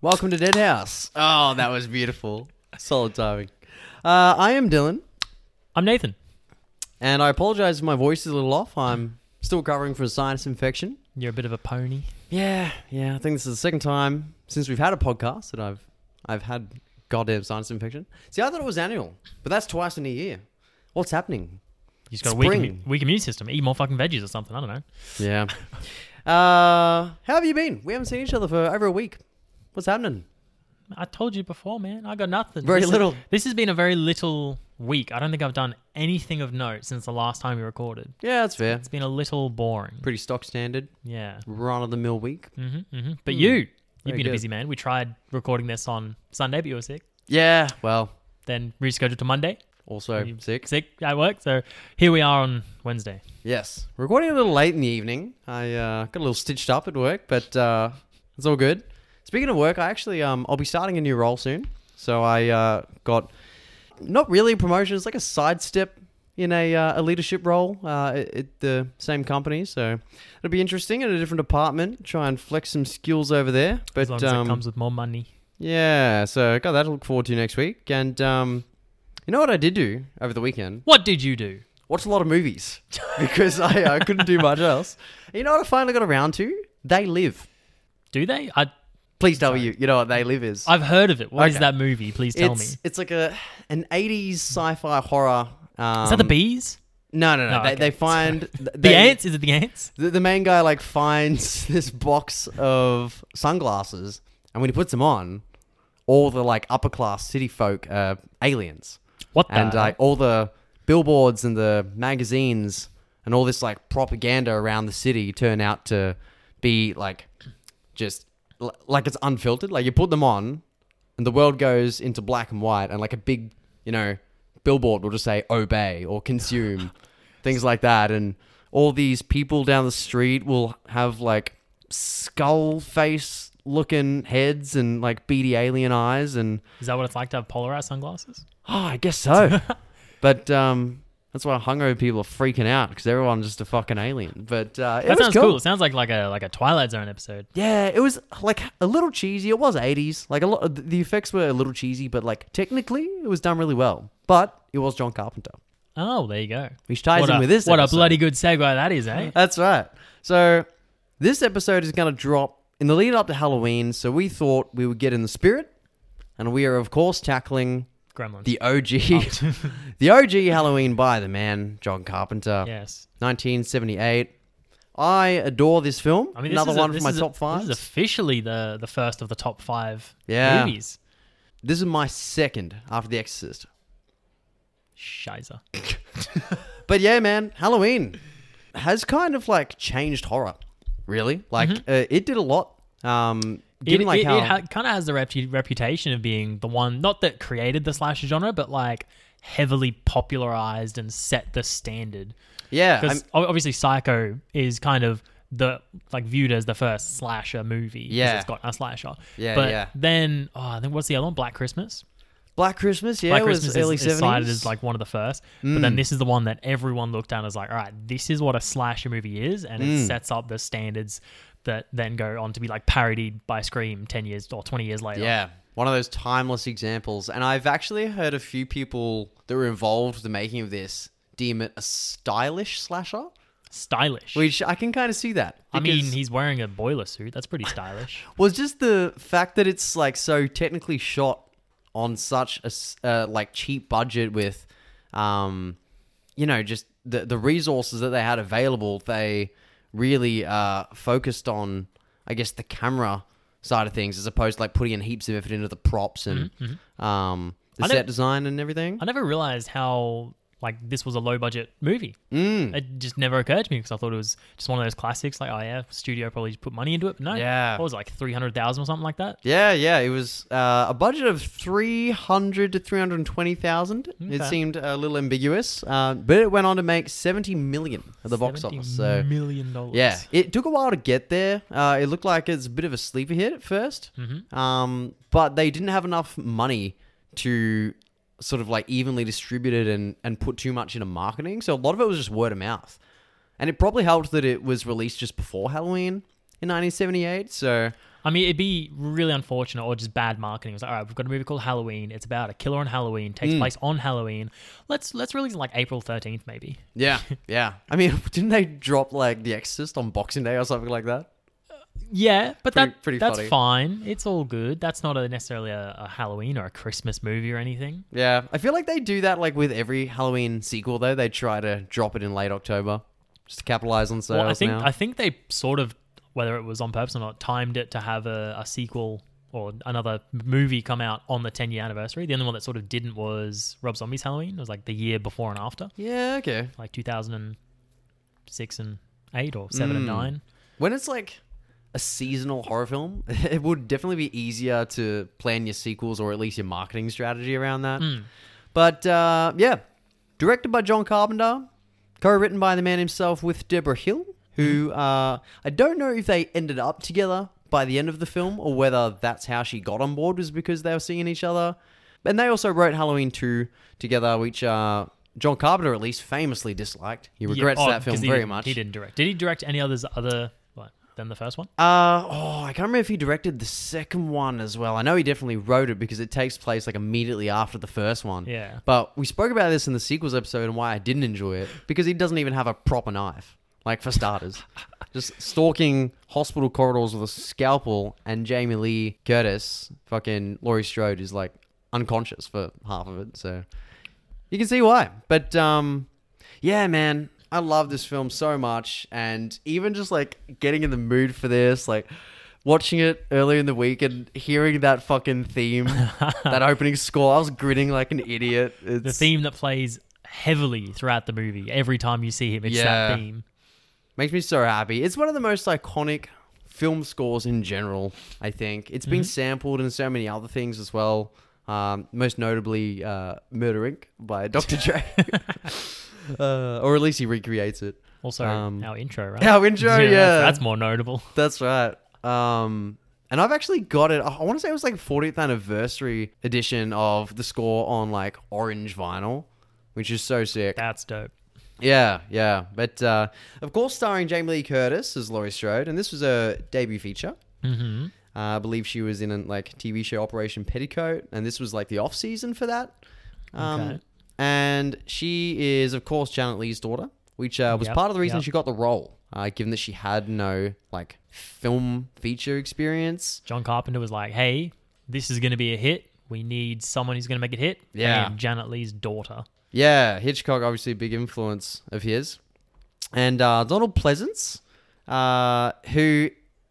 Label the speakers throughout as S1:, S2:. S1: Welcome to Dead House. Oh, that was beautiful. Solid timing. Uh, I am Dylan,
S2: I'm Nathan.
S1: and I apologize if my voice is a little off. I'm still recovering from a sinus infection.
S2: You're a bit of a pony.
S1: Yeah, yeah. I think this is the second time since we've had a podcast that I've I've had goddamn sinus infection. See, I thought it was annual, but that's twice in a year. What's happening?
S2: You just got a weak,
S1: Spring.
S2: immu- weak immune system. Eat more fucking veggies or something. I don't know.
S1: Yeah. Uh, how have you been? We haven't seen each other for over a week. What's happening?
S2: I told you before, man. I got nothing.
S1: Very
S2: This is-
S1: little.
S2: this has been a very little week. I don't think I've done anything of note since the last time we recorded.
S1: Yeah, that's fair.
S2: It's been a little boring.
S1: Pretty stock standard,
S2: Yeah.
S1: run of the mill week.
S2: hmm hmm But
S1: Hmm.
S2: you, you've
S1: Very
S2: been
S1: good.
S2: a busy man. We tried recording this on Sunday, but you were sick.
S1: Yeah. Mm. Well,
S2: Then rescheduled to Monday.
S1: also
S2: You-
S1: Oh, sick.
S2: Sick at work. So here we are on Wednesday.
S1: Yes. Recording a little late in the evening. I uh, got a little stitched up at work, but uh, it's all good. Speaking of work, I actually um, I'll be starting a new role soon. So I uh, got not really a promotion. It's like a sidestep in a, uh, a leadership role uh, at at the same company. So it'll be interesting in a different department. Try and flex some skills over there. But
S2: as long as
S1: um,
S2: it comes with more money.
S1: yeah, so got that to look forward to next week. And um, you know what I did do over the weekend?
S2: What did you do?
S1: watched a lot of movies because I uh, couldn't do much else. You know what I finally got around to? They Live.
S2: Do they? I,
S1: Please tell me you, you know what They Live is.
S2: I've heard of it. What is
S1: Okay.
S2: that movie? Please tell
S1: it's,
S2: me.
S1: It's like a an 80s sci-fi horror. Um,
S2: Is that the bees?
S1: No, no, no.
S2: No,
S1: they,
S2: okay.
S1: they find... th-
S2: The
S1: they-
S2: ants? Is it the ants?
S1: The, the main guy, like, finds this box of sunglasses and when he puts them on, all the, like, upper-class city folk are aliens.
S2: What the?
S1: and like all the billboards and the magazines and all this like propaganda around the city turn out to be like just l- like it's unfiltered like you put them on and the world goes into black and white and like a big you know billboard will just say obey or consume things like that and all these people down the street will have like skull face looking heads and like beady alien eyes and
S2: Is that what it's like to have polarized sunglasses?
S1: Oh, I guess so. but um, that's why hungover people are freaking out because everyone's just a fucking alien. But uh, it
S2: That
S1: was
S2: sounds
S1: cool.
S2: cool. It sounds like like a like a Twilight Zone episode.
S1: Yeah, it was like a little cheesy. It was eighties. Like a lot, the effects were a little cheesy, but like technically, it was done really well. But it was John Carpenter,
S2: Oh, there you go.
S1: which ties
S2: what
S1: in
S2: a,
S1: with this.
S2: what a
S1: episode.
S2: bloody good segue that is, eh?
S1: That's right. So this episode is going to drop in the lead up to Halloween. So we thought we would get in the spirit, and we are of course tackling
S2: Gremlins.
S1: the OG, the OG Halloween by the man John Carpenter.
S2: yes.
S1: 1978. I adore this film.
S2: I mean, this
S1: Another
S2: is a-
S1: one
S2: this
S1: from my
S2: is a-
S1: top five.
S2: This is officially the the first of the top five
S1: Yeah.
S2: movies.
S1: my second after The Exorcist.
S2: Shizer.
S1: But yeah, man, Halloween has kind of like changed horror. Really, like uh, it did a lot. Um,
S2: Mm-hmm. It,
S1: given like how
S2: kind of has the repu- reputation of being the one, not that created the slasher genre, but like heavily popularized and set the standard.
S1: yeah, I'm-
S2: because obviously Psycho is kind of the like viewed as the first slasher movie. 'cause
S1: Yeah.
S2: it's got a slasher.
S1: Yeah,
S2: but
S1: yeah.
S2: then oh, then what's the other one? Black Christmas.
S1: Black Christmas. Yeah,
S2: Black
S1: it was
S2: Christmas
S1: early Mm.
S2: is, is cited as
S1: 70s.
S2: like one of the first, but then this is the one that everyone looked at as like, all right, this is what a slasher movie is, and it
S1: Mm.
S2: sets up the standards that then go on to be like parodied by Scream ten years or twenty years later.
S1: Yeah. One of those timeless examples. And I've actually heard a few people that were involved with the making of this deem it a stylish slasher,
S2: stylish.
S1: which I can kind of see that.
S2: I mean,
S1: because-
S2: he's wearing a boiler suit. That's pretty stylish.
S1: was just the fact that it's like so technically shot on such a s- uh, like cheap budget with um you know just the the resources that they had available they really uh focused on i guess the camera side of things as opposed to like putting in heaps of effort into the props and um the
S2: Mm-hmm. I don't-
S1: set design and everything
S2: I never realized how like this was a low budget movie. Mm. It just never occurred to me because I thought it was just one of those classics. Like, oh yeah, studio probably just put money into it. But no,
S1: Yeah.
S2: what was it, like three hundred thousand or something like that?
S1: yeah yeah it was uh, a budget of 300 to 320000 it
S2: Okay.
S1: seemed a little ambiguous uh, but it went on to make 70 million at the box
S2: 70
S1: office so
S2: million dollars.
S1: Yeah, it took a while to get there. Uh, it looked like it's a bit of a sleeper hit at 1st
S2: Mm-hmm.
S1: um, but they didn't have enough money to sort of like evenly distribute it and and put too much into marketing. So a lot of it was just word of mouth, and it probably helped that it was released just before Halloween in 1978. So
S2: I mean, it'd be really unfortunate or just bad marketing. It was like, all right, we've got a movie called Halloween. It's about a killer on Halloween. Takes
S1: Mm.
S2: place on Halloween. Let's let's release it like April thirteenth, maybe.
S1: Yeah, yeah. I mean, didn't they drop like The Exorcist on Boxing Day or something like that?
S2: Yeah, but
S1: Pretty-
S2: that
S1: pretty
S2: that's
S1: funny.
S2: fine. It's all good. That's not a, necessarily a, a Halloween or a Christmas movie or anything.
S1: Yeah, I feel like they do that like with every Halloween sequel though. They try to drop it in late October just to capitalize on sales
S2: Well, I think
S1: now.
S2: I think they sort of, whether it was on purpose or not, timed it to have a, a sequel or another movie come out on the 10 year anniversary. The only one that sort of didn't was Rob Zombie's Halloween. It was like the year before and after,
S1: yeah, okay.
S2: like 2006 and 8 or 7 and
S1: Mm.
S2: 9.
S1: When it's like a seasonal horror film, it would definitely be easier to plan your sequels or at least your marketing strategy around that.
S2: Hmm.
S1: But uh, yeah, directed by John Carpenter, co-written by the man himself with Deborah Hill, who
S2: Hmm.
S1: uh, I don't know if they ended up together by the end of the film or whether that's how she got on board was because they were seeing each other. And they also wrote Halloween 2 together, which uh, John Carpenter at least famously disliked. He
S2: Yeah,
S1: regrets
S2: oh,
S1: that film
S2: 'cause he
S1: very
S2: didn't-
S1: much.
S2: He didn't direct. Did he direct any others other what, than the first one?
S1: Uh, oh, I can't remember if he directed the second one as well. I know he definitely wrote it because it takes place like immediately after the first one.
S2: Yeah.
S1: But we spoke about this in the sequels episode and why I didn't enjoy it because he doesn't even have a proper knife. Like for starters, just stalking hospital corridors with a scalpel and Jamie Lee Curtis, fucking Laurie Strode is like unconscious for half of it. So you can see why. But um, yeah, man, I love this film so much, and even just like getting in the mood for this, like watching it earlier in the week and hearing that fucking theme, that opening score, I was grinning like an idiot. It's,
S2: The theme that plays heavily throughout the movie. Every time you see him, it's
S1: Yeah.
S2: that theme.
S1: makes me so happy. It's one of the most iconic film scores in general. I think it's
S2: Mm-hmm.
S1: been sampled in so many other things as well. Um, most notably, uh, Murder Inc. by Dr. Dre, uh, or at least he recreates it.
S2: Also,
S1: Um,
S2: our intro, right?
S1: Our intro,
S2: that's-
S1: yeah.
S2: that's more notable.
S1: That's right. Um, and I've actually got it. I want to say it was like 40th anniversary edition of the score on like orange vinyl, which is so sick.
S2: That's dope.
S1: Yeah, yeah. But uh, of course, starring Jamie Lee Curtis as Laurie Strode, and this was a debut feature.
S2: Mm-hmm.
S1: Uh, I believe she was in a like TV show Operation Petticoat, and this was like the off season for that. Um,
S2: Okay.
S1: And she is, of course, Janet Lee's daughter, which uh, was
S2: Yep,
S1: part of the reason
S2: yep.
S1: she got the role, uh, given that she had no like film feature experience.
S2: John Carpenter was like, "Hey, this is going to be a hit. We need someone who's going to make it hit."
S1: Yeah.
S2: and Janet Lee's daughter.
S1: Yeah, Hitchcock obviously a big influence of his, and uh, Donald Pleasance, uh, who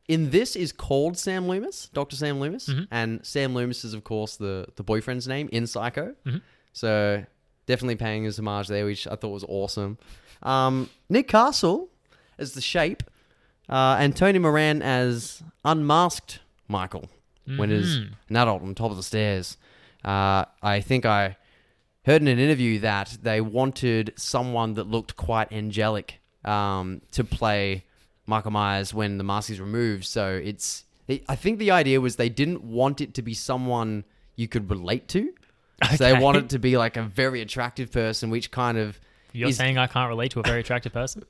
S1: in this is called Sam Loomis, Doctor Sam Loomis, and Sam Loomis is of course the the boyfriend's name in Psycho. So definitely paying his homage there, which I thought was awesome. Um, Nick Castle as the Shape, uh, and Tony Moran as unmasked Michael when he's
S2: Mm-hmm.
S1: an adult on top of the stairs. Uh, I think I heard in an interview that they wanted someone that looked quite angelic um, to play Michael Myers when the mask is removed. So it's, it, I think the idea was they didn't want it to be someone you could relate to. So they
S2: Okay.
S1: wanted to be like a very attractive person, which kind of
S2: You're
S1: is-
S2: saying I can't relate to a very attractive person?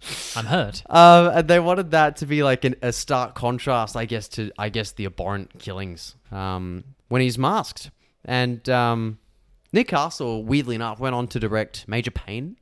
S2: I'm hurt.
S1: um, and they wanted that to be like an, a stark contrast, I guess, to I guess the abhorrent killings um, when he's masked. And um, Nick Castle, weirdly enough, went on to direct Major Pain,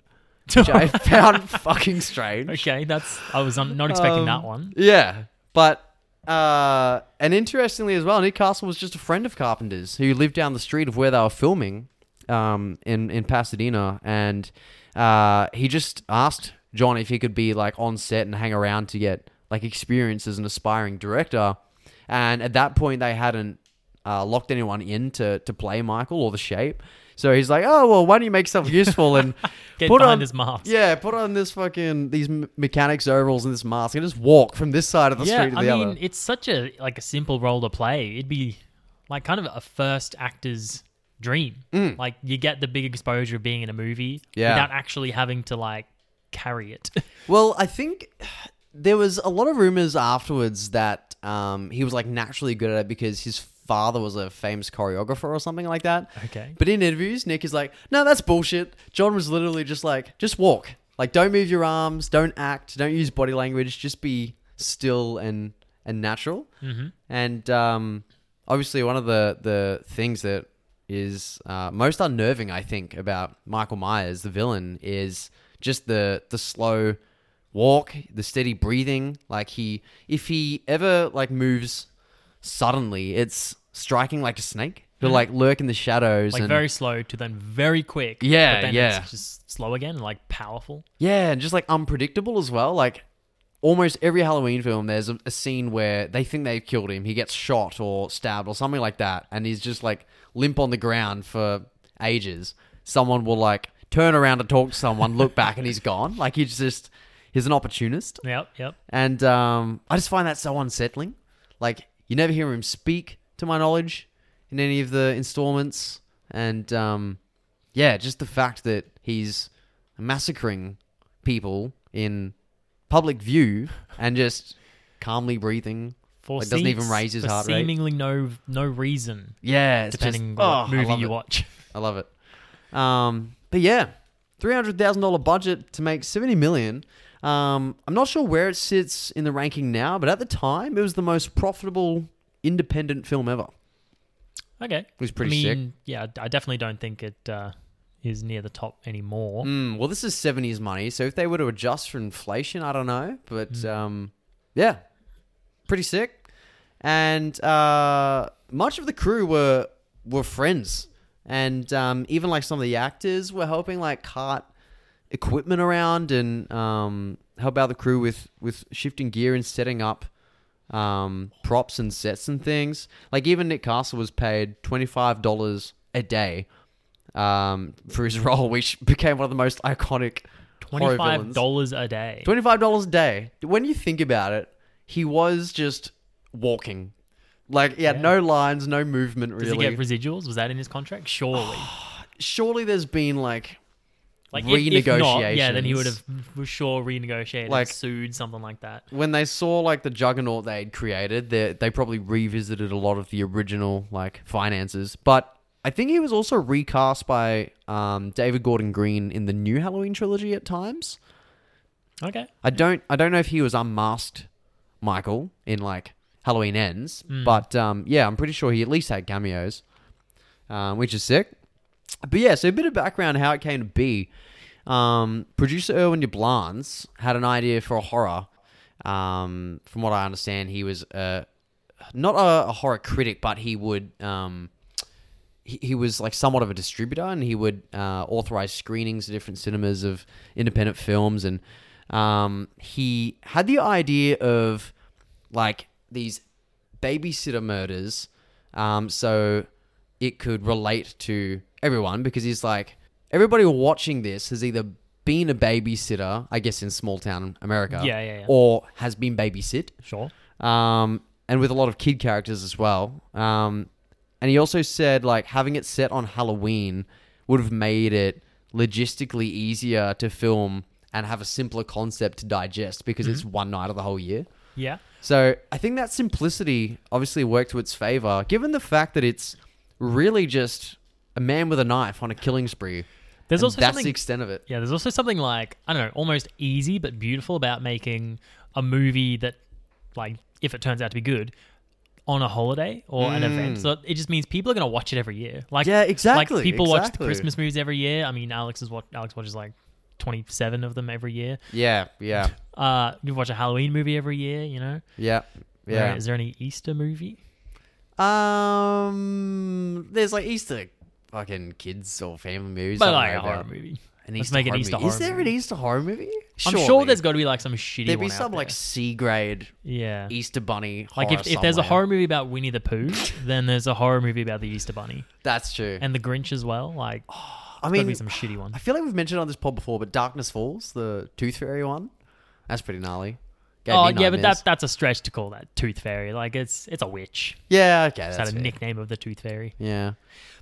S1: which I found fucking strange.
S2: Okay, that's I was un- not expecting
S1: Um,
S2: that one.
S1: Yeah, but uh, and interestingly as well, Nick Castle was just a friend of Carpenter's who lived down the street of where they were filming, um, in in Pasadena, and uh, he just asked John if he could be like on set and hang around to get like experience as an aspiring director, and at that point they hadn't uh, locked anyone in to to play Michael or the Shape. So he's like, oh well, why don't you make something useful and
S2: Get
S1: put
S2: behind
S1: on
S2: his mask.
S1: yeah, put on this fucking these m- mechanics overalls and this mask and just walk from this side of the
S2: Yeah,
S1: street to
S2: I
S1: the
S2: mean,
S1: other.
S2: it's such a like a simple role to play. It'd be like kind of a first actor's dream. Like you get the big exposure of being in a movie
S1: Mm. Yeah.
S2: without actually having to like carry it.
S1: Well, I think there was a lot of rumors afterwards that um, he was like naturally good at it because his father was a famous choreographer or something like that.
S2: Okay.
S1: But in interviews, Nick is like, "No, that's bullshit." John was literally just like, "Just walk. Like, don't move your arms. Don't act. Don't use body language. Just be still and and natural.
S2: Mm-hmm.
S1: And um, obviously, one of the, the things that is uh, most unnerving, I think, about Michael Myers, the villain, is just the the slow walk, the steady breathing. Like he, if he ever like moves suddenly, it's striking like a snake. He'll
S2: Mm-hmm.
S1: like lurk in the shadows
S2: Like
S1: and
S2: very slow to then very quick.
S1: Yeah,
S2: but then
S1: yeah.
S2: It's just slow again, like powerful.
S1: Yeah, and just like unpredictable as well. Like almost every Halloween film, there's a, a scene where they think they've killed him. He gets shot or stabbed or something like that, and he's just like limp on the ground for ages. Someone will like turn around to talk to someone, look back, and he's gone. Like he's just he's an opportunist,
S2: Yep, yep.
S1: and um, I just find that so unsettling. Like you never hear him speak, to my knowledge, in any of the installments, and um, yeah, just the fact that he's massacring people in public view and just calmly breathing.
S2: For
S1: Like, doesn't even
S2: seems-
S1: raise his
S2: for
S1: heart rate.
S2: Seemingly no no reason,
S1: Yeah, it's
S2: depending
S1: just,
S2: on
S1: oh,
S2: what
S1: I
S2: movie
S1: love
S2: you
S1: it.
S2: watch.
S1: I love it. Um, but yeah, three hundred thousand dollar budget to make seventy million. Um, I'm not sure where it sits in the ranking now, but at the time, it was the most profitable independent film ever. It
S2: Okay.
S1: was pretty
S2: I
S1: sick.
S2: mean, yeah, I definitely don't think it uh, is near the top anymore.
S1: Mm, well, this is seventies money, so if they were to adjust for inflation, I don't know, but um, yeah, pretty sick. And uh, much of the crew were were friends, and um, even like some of the actors were helping like cart equipment around and um, help out the crew with with shifting gear and setting up um, props and sets and things. Like even Nick Castle was paid twenty five dollars a day um, for his role, which became one of the most iconic. horror
S2: Twenty five
S1: villains.
S2: dollars a day.
S1: Twenty-five dollars a day. When you think about it, he was just walking, like he had
S2: Yeah.
S1: no lines, no movement
S2: Does
S1: really.
S2: he get residuals? Was that in his contract? Surely.
S1: Surely there's been like,
S2: like if- if not, yeah, then he
S1: Renegotiations.
S2: would have for sure renegotiated,
S1: Like-
S2: like sued something like that.
S1: when they saw like the juggernaut they had created, they they probably revisited a lot of the original like finances. But I think he was also recast by um, David Gordon Green in the new Halloween trilogy at times.
S2: Okay.
S1: I don't I don't know if he was unmasked Michael in like Halloween Ends, but um, yeah, I'm pretty sure he at least had cameos, um, which is sick. But yeah, so a bit of background how it came to be. Um, producer Erwin Yablans had an idea for a horror. Um, from what I understand, he was uh, not a, a horror critic, but he would um, he, he was like somewhat of a distributor and he would uh, authorize screenings at different cinemas of independent films and um, he had the idea of like these babysitter murders um, so it could relate to everyone because he's like everybody watching this has either been a babysitter i guess in small town america
S2: Yeah, yeah, yeah.
S1: or has been babysit
S2: Sure.
S1: um, and with a lot of kid characters as well. Um, and he also said like having it set on Halloween would have made it logistically easier to film and have a simpler concept to digest because
S2: Mm-hmm.
S1: it's one night of the whole year.
S2: Yeah.
S1: So I think that simplicity obviously worked to its favor, given the fact that it's really just a man with a knife on a killing spree.
S2: There's
S1: And
S2: also
S1: that's
S2: something-
S1: the extent of it.
S2: Yeah, there's also something like, I don't know, almost easy but beautiful about making a movie that, like, if it turns out to be good, on a holiday or an event. So it just means people are going to watch it every year. Like,
S1: Mm. Yeah, exactly,
S2: Like, people watch the
S1: exactly.
S2: Christmas movies every year. I mean, Alex is what Alex watches like 27 of them every year.
S1: Yeah, yeah,
S2: Uh, you watch a Halloween movie every year, you know?
S1: yeah, yeah.
S2: Is there any Easter movie?
S1: Um, there's like Easter fucking kids or family movies. I
S2: But
S1: don't
S2: like
S1: know
S2: a horror
S1: about.
S2: movie.
S1: An
S2: Let's
S1: Easter
S2: make an
S1: horror
S2: Easter
S1: movie. Is
S2: horror
S1: there an
S2: movie.
S1: Eastor horror movie?
S2: I'm
S1: Surely.
S2: sure there's got to be like some shitty
S1: There'd be
S2: one out
S1: some like
S2: there.
S1: C grade
S2: yeah.
S1: Easter bunny.
S2: Like
S1: horror
S2: if, if there's a
S1: somewhere.
S2: horror movie about Winnie the Pooh, then there's a horror movie about the Easter Bunny
S1: that's true.
S2: and the Grinch as well. Like,
S1: Oh, I
S2: there's gotta be
S1: mean,
S2: some shitty one.
S1: I feel like we've mentioned on this pod before, but Darkness Falls, the Tooth Fairy one, that's pretty gnarly. Gave
S2: Oh
S1: me
S2: yeah, but
S1: nightmares.
S2: that that's a stretch to call that Tooth Fairy. Like it's it's a witch.
S1: yeah, okay, that's
S2: Is that a
S1: fair.
S2: nickname of the Tooth Fairy?
S1: Yeah.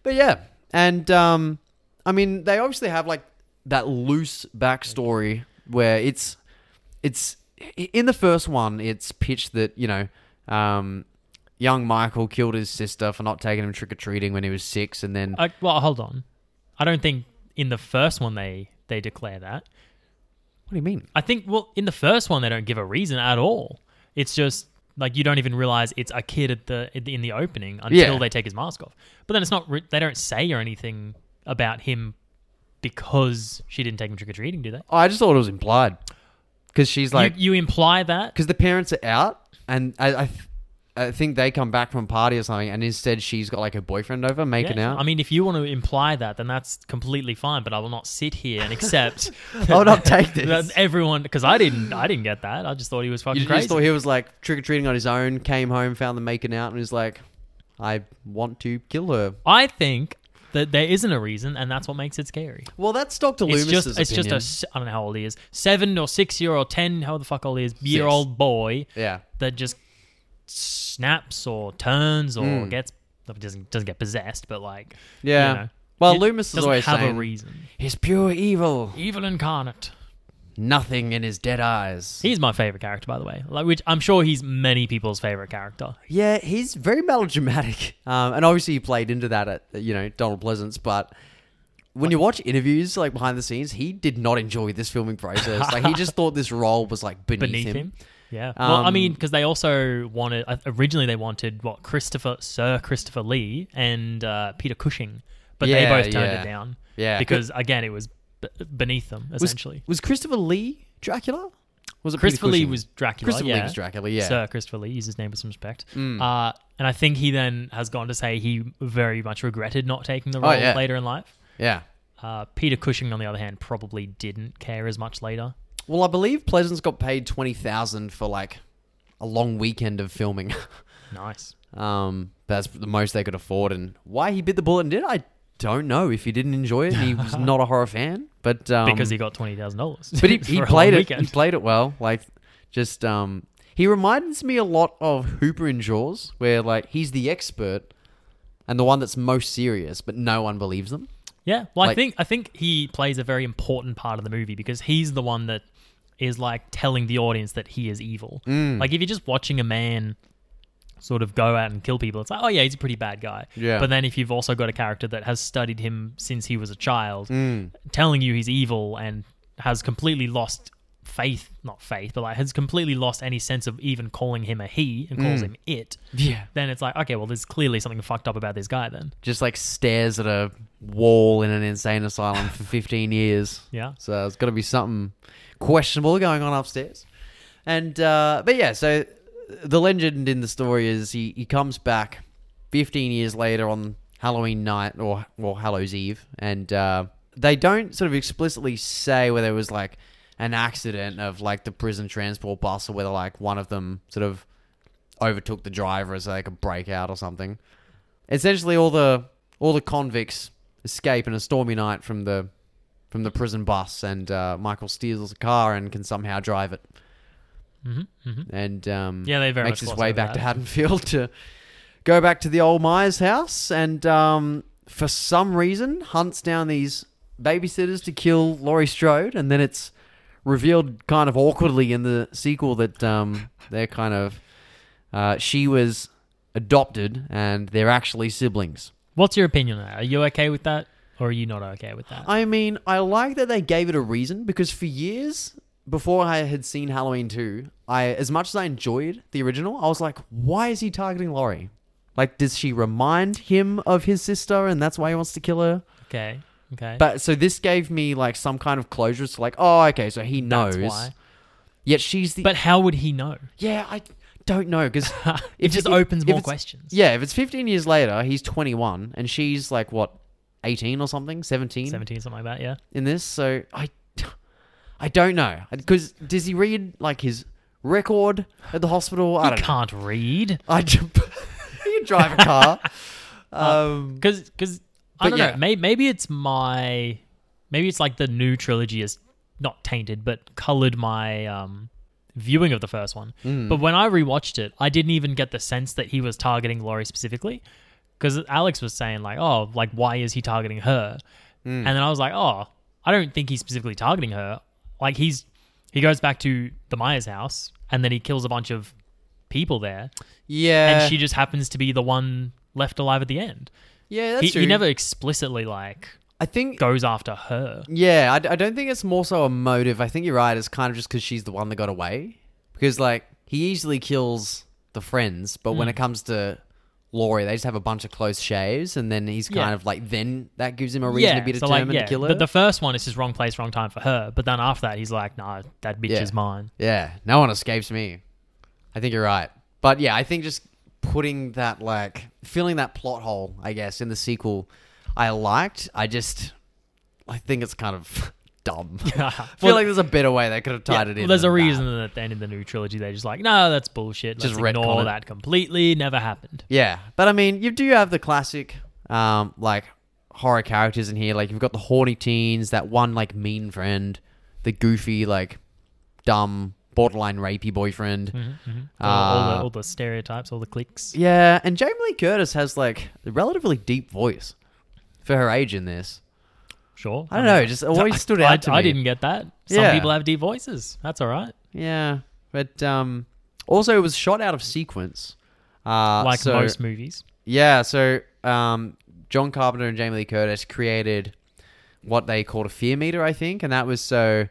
S1: But yeah. And um I mean they obviously have like that loose backstory where it's it's i- in the first one it's pitched that, you know, um young Michael killed his sister for not taking him trick or treating when he was 6 and then
S2: Uh, well, hold on. I don't think in the first one they they declare that.
S1: What do you mean?
S2: I think well in the first one they don't give a reason at all. It's just like you don't even realize it's a kid at the in the- in the opening until
S1: Yeah.
S2: they take his mask off. But then it's not re- they don't say or anything about him because she didn't take him trick or treating, do they?
S1: Oh, I just thought it was implied because she's like
S2: you, you imply that
S1: because the parents are out, and I, I, th- I think they come back from a party or something, and instead she's got like her boyfriend over making
S2: Yeah.
S1: out.
S2: I mean, if you want to imply that, then that's completely fine. But I will not sit here and accept.
S1: I would not take this.
S2: that everyone, because I didn't, I didn't get that. I just thought he was fucking
S1: you
S2: crazy.
S1: just thought he was like trick or treating on his own, came home, found them making out, and was like, "I want to kill her."
S2: I think that there isn't a reason, and that's what makes it scary.
S1: Well, that's Doctor
S2: It's
S1: Loomis's
S2: just,
S1: opinion.
S2: it's just a, s- I don't know how old he is, seven or six year old, ten, how the fuck old he is, year old boy
S1: yeah.
S2: that just snaps or turns or
S1: Mm.
S2: gets doesn't doesn't get possessed, but like
S1: Yeah.
S2: you know,
S1: Well,
S2: it
S1: Loomis is
S2: doesn't
S1: always
S2: have
S1: saying-
S2: a reason.
S1: His pure evil,
S2: Evil incarnate.
S1: nothing in his dead eyes.
S2: He's my favorite character, by the way. Like, which I'm sure he's many people's favorite character.
S1: Yeah, he's very melodramatic, um, and obviously he played into that at you know Donald Pleasance. But when you watch interviews like behind the scenes, he did not enjoy this filming process. like he just thought this role was like beneath,
S2: beneath him.
S1: him.
S2: Yeah. well, I
S1: Um,
S2: mean, because they also wanted uh, originally they wanted what Christopher Sir Christopher Lee and uh, Peter Cushing, but
S1: Yeah,
S2: they both turned
S1: yeah.
S2: it down.
S1: Yeah,
S2: Because again, it was b- beneath them
S1: was,
S2: essentially.
S1: was Christopher Lee Dracula? Was it Peter
S2: Christopher Lee
S1: Cushing?
S2: was Dracula.
S1: Christopher Lee
S2: yeah.
S1: was Dracula? Yeah,
S2: Sir Christopher Lee, use his name with some respect.
S1: Mm.
S2: Uh, and I think he then has gone to say he very much regretted not taking the
S1: Oh,
S2: role
S1: yeah.
S2: later in life.
S1: yeah.
S2: Uh, Peter Cushing, on the other hand, probably didn't care as much later.
S1: Well, I believe Pleasance got paid twenty thousand for like a long weekend of filming.
S2: Nice.
S1: Um, that's the most they could afford, and why he bit the bullet and did it, I don't know. If he didn't enjoy it, and he was not a horror fan, but um,
S2: because he got twenty thousand dollars.
S1: but he, he played it. He played it well. Like just um, he reminds me a lot of Hooper in Jaws, where like he's the expert and the one that's most serious, but no one believes them.
S2: Yeah. Well, I
S1: Like-
S2: think I think he plays a very important part of the movie because he's the one that is like telling the audience that he is evil.
S1: Mm.
S2: Like if you're just watching a man sort of go out and kill people, it's like, oh yeah, he's a pretty bad guy.
S1: Yeah.
S2: But then if you've also got a character that has studied him since he was a child,
S1: Mm.
S2: telling you he's evil and has completely lost faith not faith but like has completely lost any sense of even calling him a he and
S1: Mm.
S2: calls him it
S1: Yeah,
S2: then it's like okay well there's clearly something fucked up about this guy then
S1: just like stares at a wall in an insane asylum for fifteen years.
S2: yeah
S1: So there's got to be something questionable going on upstairs. And uh, but yeah, so the legend in the story is he, he comes back 15 years later on Halloween night or or Hallows Eve, and uh, they don't sort of explicitly say whether it was like an accident of like the prison transport bus or whether like one of them sort of overtook the driver as like a breakout or something. Essentially, all the all the convicts escape in a stormy night from the from the prison bus, and uh, Michael steals a car and can somehow drive it,
S2: hmm hmm
S1: and um,
S2: Yeah, they very
S1: makes
S2: much
S1: his
S2: gloss
S1: way
S2: over
S1: back
S2: that.
S1: to Haddonfield to go back to the old Myers house, and um, for some reason hunts down these babysitters to kill Laurie Strode, and then it's revealed kind of awkwardly in the sequel that um, they're kind of uh, she was adopted and they're actually siblings.
S2: What's your opinion on that? Are you okay with that, or are you not okay with that?
S1: I mean, I like that they gave it a reason because for years before I had seen Halloween 2, I as much as I enjoyed the original, I was like, why is he targeting Laurie? Like, does she remind him of his sister and that's why he wants to kill her?
S2: okay, okay.
S1: But so this gave me like some kind of closure. It's like, oh, okay, so he knows.
S2: That's why.
S1: Yet she's the.
S2: But how would he know?
S1: yeah, I don't know because
S2: It just opens
S1: if
S2: more
S1: it's-
S2: questions.
S1: Yeah, if it's 15 years later, he's 21 and she's like, what, 18 or something? 17?
S2: Seventeen, something like that. Yeah.
S1: in this, so I, I don't know because does he read like his record at the hospital? I
S2: You
S1: don't. Know.
S2: can't read
S1: I jump. you drive a car. um,
S2: because because
S1: But
S2: I don't
S1: yeah.
S2: know. Maybe, maybe it's my maybe it's like the new trilogy is not tainted, but colored my um viewing of the first one.
S1: Mm.
S2: But when I rewatched it, I didn't even get the sense that he was targeting Laurie specifically. Because Alex was saying like, oh, like why is he targeting her?
S1: Mm.
S2: And then I was like, oh, I don't think he's specifically targeting her. Like he's he goes back to the Myers house and then he kills a bunch of people there,
S1: yeah,
S2: and she just happens to be the one left alive at the end.
S1: yeah, that's
S2: He,
S1: true.
S2: he never explicitly like
S1: I think.
S2: goes after her.
S1: Yeah, I, d- I don't think it's more so a motive. I think you're right. It's kind of just because she's the one that got away. Because like he easily kills the friends, but
S2: Mm.
S1: when it comes to Laurie, they just have a bunch of close shaves, and then he's kind
S2: Yeah.
S1: of like, then that gives him a reason to be determined to kill her.
S2: The, the first one is just wrong place, wrong time for her. But then after that, he's like, nah, that bitch
S1: Yeah.
S2: is mine.
S1: Yeah, no one escapes me. I think you're right. But yeah, I think just putting that like filling that plot hole, I guess, in the sequel, I liked. I just I think it's kind of dumb. I feel
S2: Well-
S1: like there's a better way they could have tied
S2: Yeah,
S1: it in.
S2: well, there's a
S1: than that.
S2: reason that at the end of the new trilogy, they're just like, no, that's bullshit. Let's
S1: Just
S2: just ignore
S1: retcon it.
S2: that completely. Never happened.
S1: Yeah, but I mean, you do have the classic, um, like horror characters in here. Like you've got the horny teens, that one like mean friend, the goofy like dumb borderline rapey
S2: Hmm.
S1: boyfriend.
S2: All, all
S1: Uh,
S2: the, all the stereotypes, all the cliques.
S1: Yeah, and Jamie Lee Curtis has like a relatively deep voice for her age in this.
S2: Sure.
S1: I don't know, just always stood out
S2: I,
S1: to
S2: I
S1: me.
S2: didn't get that. Some
S1: Yeah.
S2: people have deep voices. That's all right.
S1: Yeah, but um, also it was shot out of sequence. Uh,
S2: Like
S1: so-
S2: most movies.
S1: Yeah, so um, John Carpenter and Jamie Lee Curtis created what they called a fear meter, I think, and that was so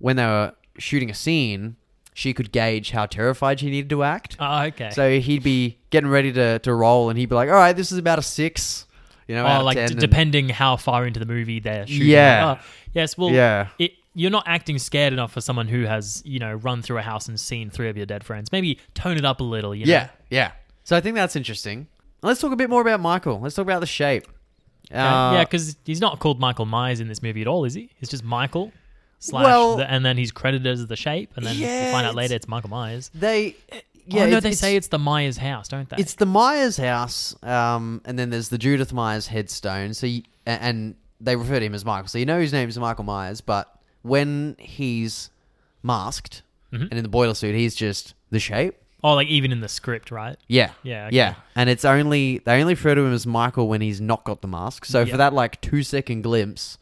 S1: when they were shooting a scene, she could gauge how terrified she needed to act.
S2: Oh, okay.
S1: So he'd be getting ready to, to roll, and he'd be like, "All right, this is about a six, you know, out
S2: oh,
S1: of
S2: like
S1: 10,
S2: d-
S1: and-
S2: depending how far into the movie they're shooting.
S1: Yeah.
S2: Like, oh, yes. Well,
S1: Yeah.
S2: It, you're not acting scared enough for someone who has, you know, run through a house and seen three of your dead friends. Maybe tone it up a little. You know?
S1: Yeah, yeah. So I think that's interesting. Let's talk a bit more about Michael. Let's talk about the shape. Uh,
S2: Uh, yeah, because he's not called Michael Myers in this movie at all, is he? It's just Michael slash,
S1: Well-
S2: the, and then he's credited as the shape, and then
S1: Yeah,
S2: you find out
S1: it's-
S2: later it's Michael Myers.
S1: they. Yeah,
S2: oh, no,
S1: it's-
S2: they
S1: it's-
S2: say it's the Myers house, don't they?
S1: it's the Myers house, um, and then there's the Judith Myers headstone. So you, a- and they refer to him as Michael. So you know his name's Michael Myers, but when he's masked
S2: Mm-hmm.
S1: and in the boiler suit, he's just the shape.
S2: oh, like even in the script, right?
S1: Yeah.
S2: Yeah, okay.
S1: Yeah. And it's only they only refer to him as Michael when he's not got the mask. So
S2: Yeah.
S1: for that like two second glimpse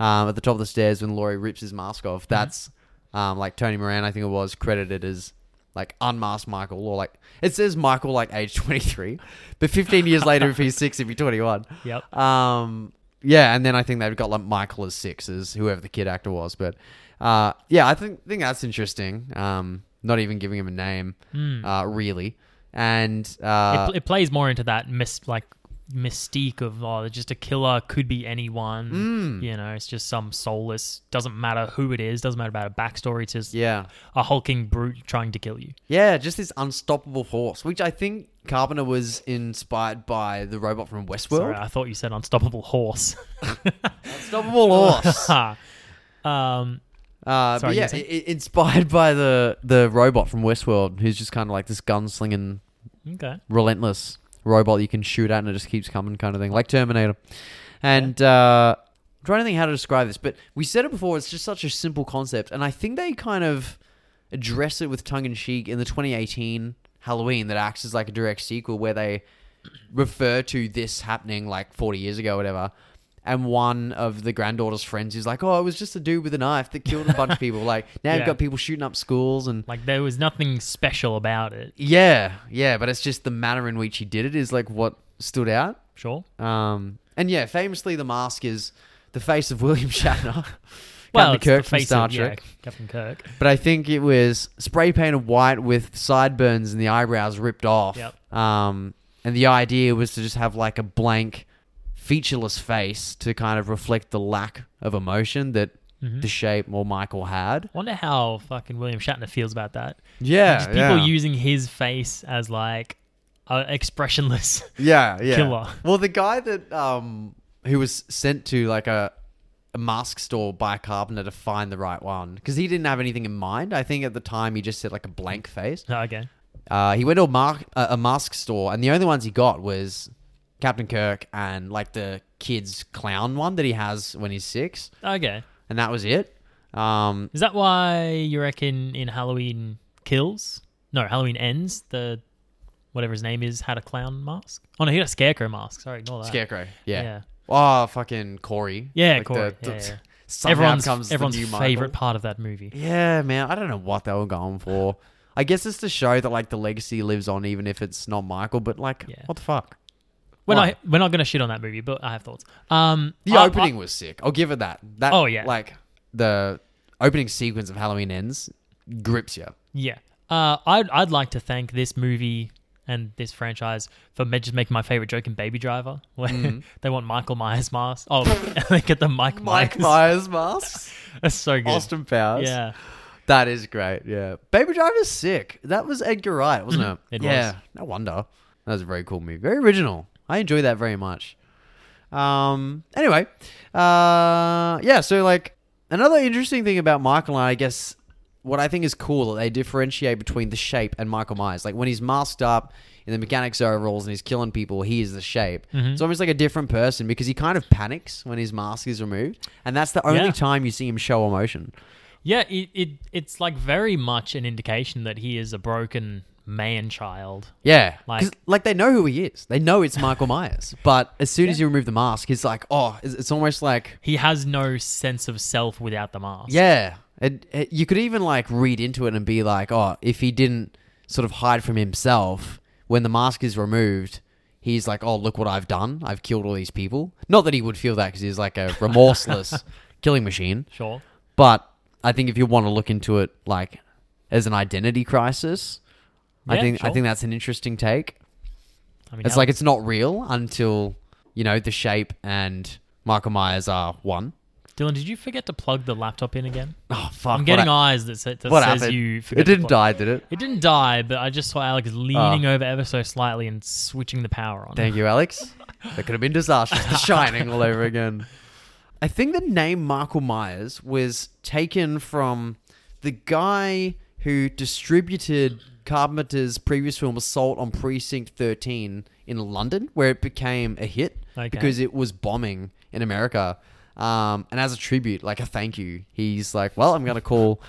S1: um, at the top of the stairs when Laurie rips his mask
S2: Mm-hmm.
S1: off, that's um, like Tony Moran, I think it was, credited as like unmasked Michael or like it says Michael like age twenty three, but fifteen years later if he's six, if he's twenty one.
S2: Yep.
S1: Um, yeah, and then I think they've got like Michael as six as whoever the kid actor was, but uh, yeah, I think think that's interesting. Um, not even giving him a name, uh, really, and uh,
S2: Hmm. it, pl- it plays more into that mis- like mystique of oh they're just a killer could be
S1: Mm.
S2: anyone you know it's just some soulless doesn't matter who it is doesn't matter about a backstory it's just
S1: yeah,
S2: a hulking brute trying to kill you
S1: yeah, just this unstoppable force, which I think Carpenter was inspired by the robot from Westworld.
S2: sorry i thought you said unstoppable horse
S1: Unstoppable horse.
S2: um
S1: Uh,
S2: Sorry,
S1: but
S2: you
S1: yeah,
S2: were saying?
S1: i- i- inspired by the the robot from Westworld, who's just kind of like this gunslinging
S2: okay
S1: relentless robot you can shoot at and it just keeps coming kind of thing like terminator and uh I'm trying to think how to describe this but we said it before it's just such a simple concept and i think they kind of address it with tongue-in-cheek in the 2018 halloween that acts as like a direct sequel where they refer to this happening like 40 years ago whatever and one of the granddaughter's friends is like oh it was just a dude with a knife that killed a bunch of people like now
S2: Yeah.
S1: you've got people shooting up schools and
S2: like there was nothing special about it
S1: yeah, yeah, but it's just the manner in which he did it is like what stood out.
S2: sure
S1: Um, and yeah, famously, the mask is the face of William Shatner, Captain
S2: well it's the
S1: Kirk from
S2: face
S1: Star
S2: of- yeah,
S1: Trek.
S2: captain kirk
S1: But I think it was spray painted white with sideburns and the eyebrows ripped off.
S2: Yep.
S1: Um, and the idea was to just have like a blank, featureless face to kind of reflect the lack of emotion that
S2: Mm-hmm.
S1: the shape or Michael had.
S2: wonder how fucking william shatner feels about that
S1: Yeah,
S2: Just people using his face as like uh, expressionless
S1: Yeah, yeah.
S2: Killer.
S1: Well, the guy that um who was sent to like a a mask store by Carpenter to find the right one because he didn't have anything in mind. I think at the time he just said like a blank face.
S2: okay
S1: Uh, he went to a, mark, a, a mask store and the only ones he got was Captain Kirk and like the kids clown one that he has when he's six,
S2: okay
S1: and that was it. Um,
S2: Is that why you reckon in Halloween kills? No, Halloween ends. The whatever his name is had a clown mask. Oh no, he had a scarecrow mask. Sorry, ignore that.
S1: Scarecrow, yeah.
S2: Uh, Yeah.
S1: Oh, fucking Corey.
S2: Yeah,
S1: Like, the-
S2: Corey.
S1: the-
S2: yeah, yeah.
S1: somehow
S2: Everyone's
S1: becomes the
S2: everyone's
S1: new Michael.
S2: favorite part of that movie.
S1: Yeah, man. I don't know what they were going for. I guess it's to show that like the legacy lives on, even if it's not Michael. But like,
S2: Yeah.
S1: what the fuck?
S2: We're
S1: Why?
S2: not we're not gonna shit on that movie, but I have thoughts. Um,
S1: The
S2: I- I-
S1: opening was sick. I'll give it that. That.
S2: Oh, yeah.
S1: Like the opening sequence of Halloween ends grips you.
S2: yeah. Uh, I'd I'd like to thank this movie and this franchise for ma- just making my favorite joke in Baby Driver, where
S1: Mm-hmm.
S2: they want Michael Myers mask. Oh, they get the Mike
S1: Mike Myers
S2: Myers.
S1: masks.
S2: That's so good.
S1: Austin Powers.
S2: Yeah,
S1: That is great. Yeah. Baby Driver's sick. That was Edgar Wright, wasn't it?
S2: Mm-hmm. It
S1: yeah.
S2: was.
S1: No wonder. That was a very cool movie. Very original. I enjoy that very much. Um anyway, uh yeah, so like another interesting thing about Michael and I guess what I think is cool that they differentiate between the shape and Michael Myers. Like when he's masked up in the mechanic's overalls and he's killing people, he is the shape.
S2: Mm-hmm.
S1: It's almost like a different person because he kind of panics when his mask is removed, and that's the only
S2: Yeah.
S1: time you see him show emotion.
S2: yeah. It, it it's like very much an indication that he is a broken man child.
S1: Yeah,
S2: Like-
S1: like like they know who he is. They know it's Michael Myers. But as soon as you remove the mask, he's like, oh, it's, it's almost like
S2: He has no sense of self without the mask.
S1: yeah. And uh, you could even like read into it and be like, oh, if he didn't sort of hide from himself when the mask is removed, he's like, oh, look what I've done. I've killed all these people. Not that he would feel that because he's like a remorseless killing machine.
S2: sure.
S1: But I think if you want to look into it like as an identity crisis, I
S2: Yeah,
S1: think I
S2: sure.
S1: think that's an interesting take.
S2: I mean,
S1: It's
S2: how-
S1: like it's not real until you know the shape and Michael Myers are one.
S2: Dylan, did you forget to plug the laptop in again?
S1: Oh fuck!
S2: I'm getting
S1: what ha-
S2: eyes that, sa- that
S1: What
S2: says
S1: happened?
S2: you.
S1: It
S2: forget to
S1: didn't
S2: plug-
S1: die, did it?
S2: It didn't die, but I just saw Alex leaning over ever so slightly and switching the power on.
S1: Thank you, Alex. that could have been disastrous. The Shining all over again. I think the name Michael Myers was taken from the guy who distributed Carpenter's previous film Assault on Precinct 13 in London, where it became a hit
S2: Okay.
S1: because it was bombing in America. Um, and as a tribute, like a thank you, he's like, well, I'm going to call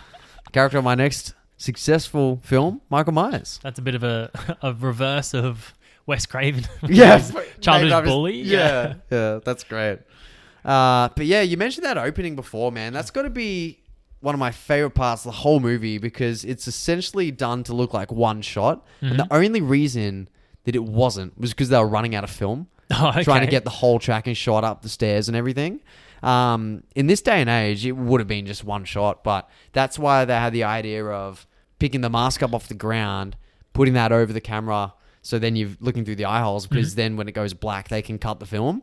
S1: the character of my next successful film Michael Myers.
S2: That's a bit of a a reverse of Wes Craven.
S1: Yes.
S2: Childhood
S1: Named after-
S2: bully?
S1: Yeah. Yeah, that's great. Uh, but yeah, you mentioned that opening before, man. That's got to be one of my favorite parts of the whole movie because it's essentially done to look like one shot. And the only reason that it wasn't was because they were running out of film
S2: Oh, okay.
S1: trying to get the whole tracking shot up the stairs and everything. Um, in this day and age, it would have been just one shot, but that's why they had the idea of picking the mask up off the ground, putting that over the camera, so then you're looking through the eye holes
S2: Mm-hmm.
S1: because then when it goes black, they can cut the film.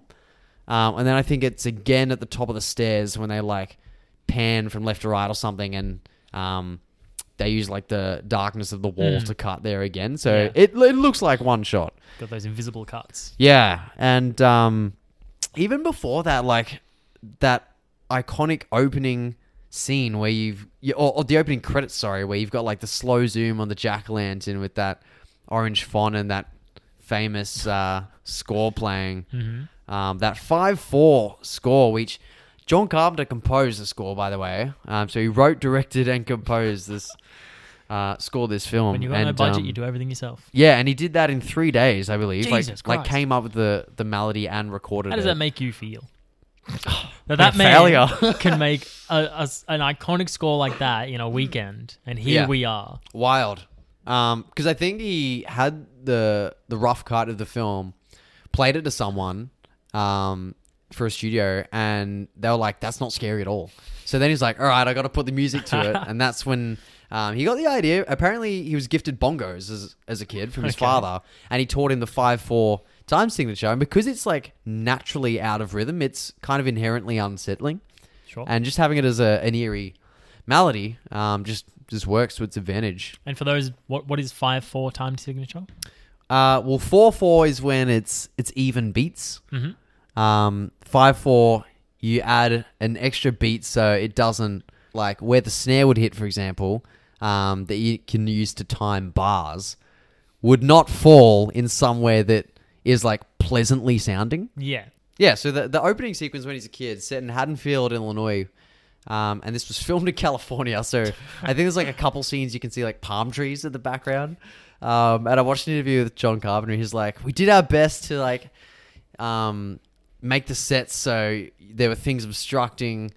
S1: Um, and then I think it's again at the top of the stairs when they like pan from left to right or something, and um, they use like the darkness of the wall to cut there again. So
S2: Mm. Yeah.
S1: it, it looks like one shot.
S2: got those invisible cuts.
S1: Yeah, and um, even before that, like that iconic opening scene where you've you, or, or the opening credits, sorry, where you've got like the slow zoom on the jack o' lantern with that orange font and that famous uh, score playing,
S2: Mm-hmm.
S1: um, that five four score, which. John Carpenter composed the score, by the way. Um, so he wrote, directed, and composed this uh, score. This film.
S2: When you got no
S1: And,
S2: budget,
S1: um,
S2: you do everything yourself.
S1: yeah, and he did that in three days, I believe.
S2: Jesus
S1: like, like
S2: Christ.
S1: came up with the, the melody and recorded
S2: How does
S1: it.
S2: that make you feel? that that
S1: a
S2: man
S1: failure.
S2: can make a, a s- an iconic score like that in a weekend, and here
S1: Yeah.
S2: we are.
S1: Wild. Um, because I think he had the the rough cut of the film, played it to someone, um, for a studio, and they were like, "That's not scary at all." So then he's like, "All right, I got to put the music to it," and that's when. Um, he got the idea. Apparently, he was gifted bongos as, as a kid from his father, and he taught him the five four time signature. And because it's like naturally out of rhythm, it's kind of inherently unsettling.
S2: Sure.
S1: and just having it as a, an eerie malady um, just just works to its advantage.
S2: And for those, what what is five four time signature?
S1: Uh, well, four four is when it's it's even beats. Mm-hmm. Um, five four, you add an extra beat so it doesn't like where the snare would hit, for example, um, that you can use to time bars would not fall in somewhere that is like pleasantly sounding.
S2: Yeah.
S1: Yeah, so the, the opening sequence when he's a kid, set in Haddonfield, Illinois, um, and this was filmed in California. So I think there's like a couple scenes you can see like palm trees in the background. Um, and I watched an interview with John Carpenter. He's like, we did our best to like um, make the set so there were things obstructing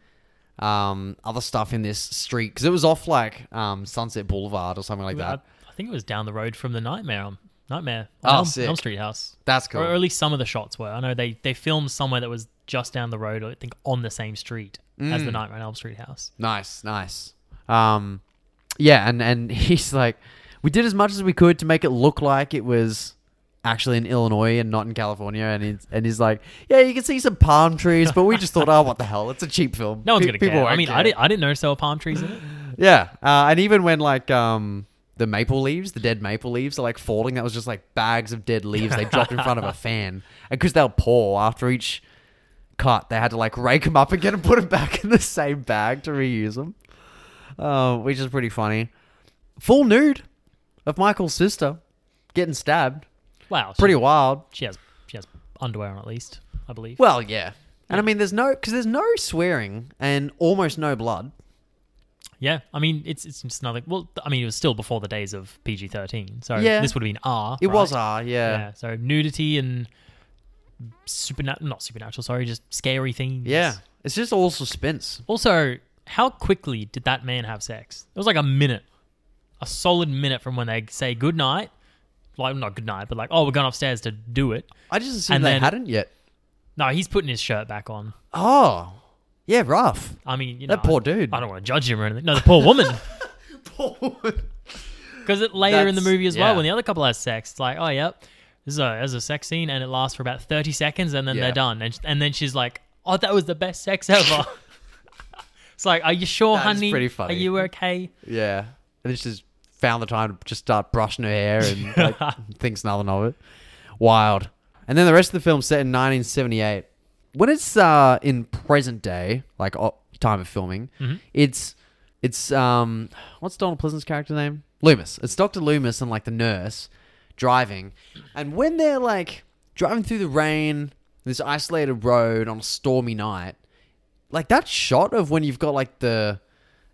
S1: um, other stuff in this street because it was off like um, Sunset Boulevard or something like
S2: I,
S1: that.
S2: I think it was down the road from the Nightmare on Nightmare
S1: Oh,
S2: on Elm,
S1: sick.
S2: Elm Street house.
S1: That's cool.
S2: Or at least some of the shots were. I know they they filmed somewhere that was just down the road, I think, on the same street as
S1: Mm.
S2: the Nightmare on Elm Street house.
S1: Nice, nice. Um, yeah, and and he's like, we did as much as we could to make it look like it was actually in Illinois and not in California. And he's, and he's like, yeah, you can see some palm trees, but we just thought, oh, what the hell? It's a cheap film.
S2: No one's
S1: Pe-
S2: gonna care. I
S1: won't
S2: mean, I
S1: care."
S2: didn't. I didn't notice there were palm trees in it.
S1: Yeah, uh, and even when like um, the maple leaves, the dead maple leaves, are like falling, that was just like bags of dead leaves they dropped in front of a fan, and because they were poor after each cut, they had to like rake them up again and put them back in the same bag to reuse them, uh, which is pretty funny. Full nude of Michael's sister getting stabbed,
S2: Wow, she-
S1: pretty wild.
S2: She has. She has underwear on at least. I believe.
S1: Well, yeah. And I mean, there's no because there's no swearing and almost no blood.
S2: Yeah, I mean, it's it's just another. Well, I mean, it was still before the days of PG thirteen, so
S1: Yeah.
S2: this would have been R.
S1: It was
S2: right?
S1: R,
S2: Yeah.
S1: yeah,
S2: So nudity and supernatural, not supernatural. Sorry, just scary things.
S1: yeah. It's just all suspense.
S2: Also, how quickly did that man have sex? It was like a minute, a solid minute from when they say good night, like not good night, but like oh we're going upstairs to do it.
S1: I just assumed
S2: And
S1: they
S2: then-
S1: hadn't yet.
S2: No, he's putting his shirt back on.
S1: Oh, yeah, rough.
S2: I mean, you know,
S1: That poor
S2: I-
S1: dude.
S2: I don't want to judge him or anything. No, the poor woman. Because later in the
S1: That's-
S2: movie as well,
S1: yeah.
S2: when the other couple has sex, it's like, oh, yep, this is a, this is a sex scene, and it lasts for about 30 seconds, and then
S1: Yeah.
S2: they're done. And, and then she's like, oh, that was the best sex ever. it's like, are you sure,
S1: That is
S2: honey?
S1: pretty
S2: Are
S1: funny.
S2: you okay?
S1: yeah, and it's just found the time to just start brushing her hair and like, thinks nothing of it. Wild. And then the rest of the film's set in 1978. When it's uh, in present day, like o- time of filming,
S2: Mm-hmm.
S1: it's it's um what's Donald Pleasant's character name? Loomis. It's Doctor Loomis and like the nurse driving, and when they're like driving through the rain, this isolated road on a stormy night, like that shot of when you've got like the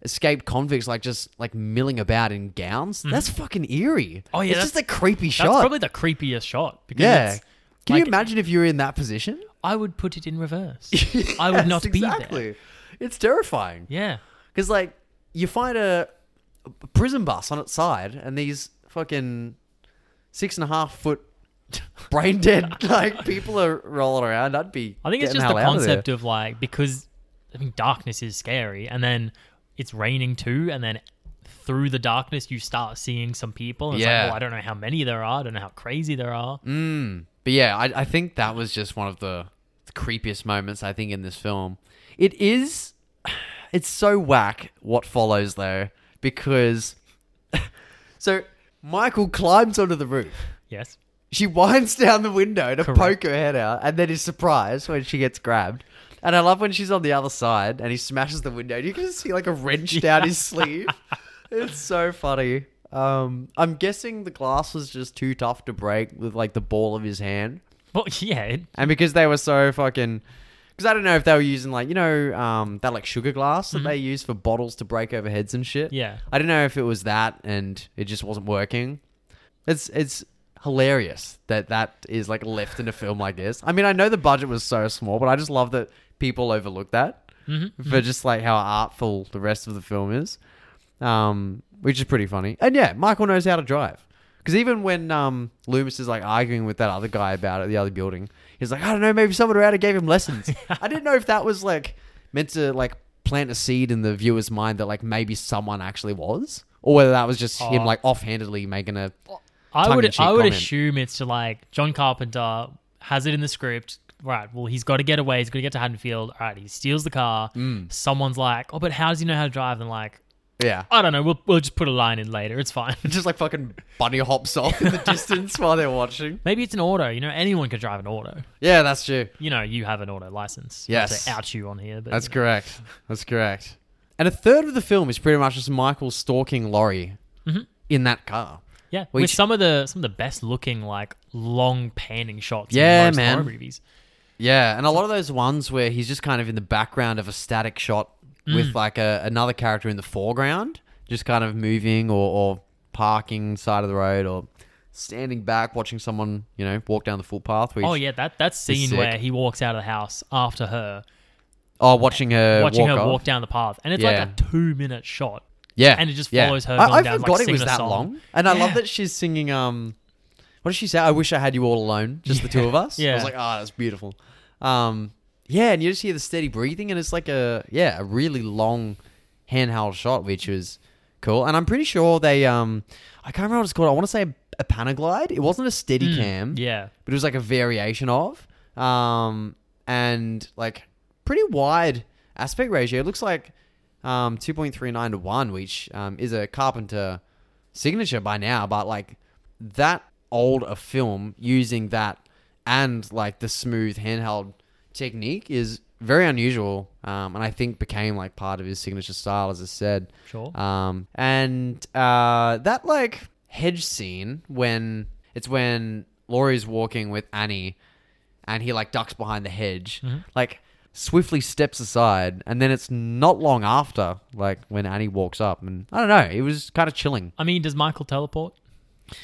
S1: escaped convicts like just like milling about in gowns that's fucking eerie
S2: Mm-hmm. Oh, yeah,
S1: it's
S2: that's-
S1: just a creepy
S2: That's
S1: shot
S2: probably the creepiest shot. Because
S1: yeah
S2: it's-
S1: can
S2: like-
S1: you imagine if you were in that position
S2: I would put it in reverse. I would not be there.
S1: exactly it's terrifying
S2: Yeah.
S1: because like you find a, a prison bus on its side and these fucking six and a half foot brain dead like people are rolling around i'd be
S2: I think it's
S1: getting
S2: just the
S1: hell out of there.
S2: concept of, like because I mean darkness is scary, and then it's raining too, and then through the darkness you start seeing some people. And It's
S1: Yeah. Mm.
S2: like, well, I don't know how many there are. I don't know how crazy there are.
S1: But yeah, I, I think that was just one of the creepiest moments I think in this film. It is, it's so whack what follows though because, so Michael climbs onto the roof.
S2: Yes.
S1: She winds down the window to
S2: Correct.
S1: poke her head out, and then is surprised when she gets grabbed. And I love when she's on the other side and he smashes the window. You can just see like a wrench down his sleeve. It's so funny. Um, I'm guessing the glass was just too tough to break with like the ball of his hand.
S2: Well, yeah. It,
S1: And because they were so fucking. Because I don't know if they were using, like, you know, um, that, like, sugar glass that they use for bottles to break over heads and shit.
S2: Yeah.
S1: I don't know if it was that and it just wasn't working. It's, it's hilarious that that is, like, left in a film like this. I mean, I know the budget was so small, but I just love that people overlook that for just, like, how artful the rest of the film is, um, which is pretty funny. And yeah, Michael knows how to drive. Because even when um, Loomis is like arguing with that other guy about it, the other building, he's like, I don't know, maybe someone around here gave him lessons. I didn't know if that was like meant to like plant a seed in the viewer's mind that like maybe someone actually was, or whether that was just him
S2: Oh.
S1: like offhandedly making a.
S2: I would
S1: tongue-in-cheek
S2: I would
S1: comment.
S2: assume it's to like John Carpenter has it in the script. Right. Well, he's got to get away. He's got to get to Haddonfield. All right. He steals the car.
S1: Mm.
S2: Someone's like, oh, but how does he know how to drive? And like,
S1: Yeah.
S2: I don't know. We'll we'll just put a line in later. It's fine.
S1: Just like fucking bunny hops off in the distance while they're watching.
S2: Maybe it's an auto. You know, anyone could drive an auto.
S1: Yeah, that's true.
S2: you know, you have an auto license. Not
S1: Yes.
S2: to out you on here, but
S1: That's correct. That's correct. And a third of the film is pretty much just Michael stalking Laurie in that car.
S2: yeah,
S1: Which-
S2: with some of the some of the best looking like long panning shots.
S1: Yeah,
S2: in most
S1: man.
S2: horror movies.
S1: Yeah, and a lot of those ones where he's just kind of in the background of a static shot with like a, another character in the foreground, just kind of moving or, or parking side of the road or standing back watching someone, you know, walk down the footpath. Which,
S2: Oh yeah, that that scene
S1: sick.
S2: where he walks out of the house after her,
S1: Oh, watching her
S2: watching
S1: walk
S2: her
S1: off.
S2: walk down the path, and it's
S1: Yeah.
S2: like a two minute shot.
S1: Yeah,
S2: and it just
S1: yeah.
S2: follows her
S1: I,
S2: going
S1: I
S2: down, like,
S1: forgot it
S2: singing
S1: was
S2: a
S1: that
S2: song.
S1: long, and I love
S2: Yeah.
S1: that she's singing. Um, what does she say? I wish I had you all alone, just the two of us. I
S2: yeah.
S1: was like, ah, that's beautiful. Um, yeah, and you just hear the steady breathing, and it's like a yeah, a really long handheld shot, which was Cool. And I'm pretty sure they um I can't remember what it's called. I want to say a, a Panaglide. It wasn't a steady
S2: Hmm.
S1: cam,
S2: Yeah.
S1: but it was like a variation of. Um and like pretty wide aspect ratio. It looks like um 2.39 to 1, which um is a carpenter signature by now, but like that old a film using that and like the smooth handheld technique is very unusual. Um, and I think became like part of his signature style, as I said.
S2: Sure.
S1: Um, and uh, that like hedge scene when it's when Laurie's walking with Annie, and he like ducks behind the hedge,
S2: Mm-hmm.
S1: like swiftly steps aside, and then it's not long after like when Annie walks up, and I don't know, it was kind of chilling.
S2: I mean, does Michael teleport?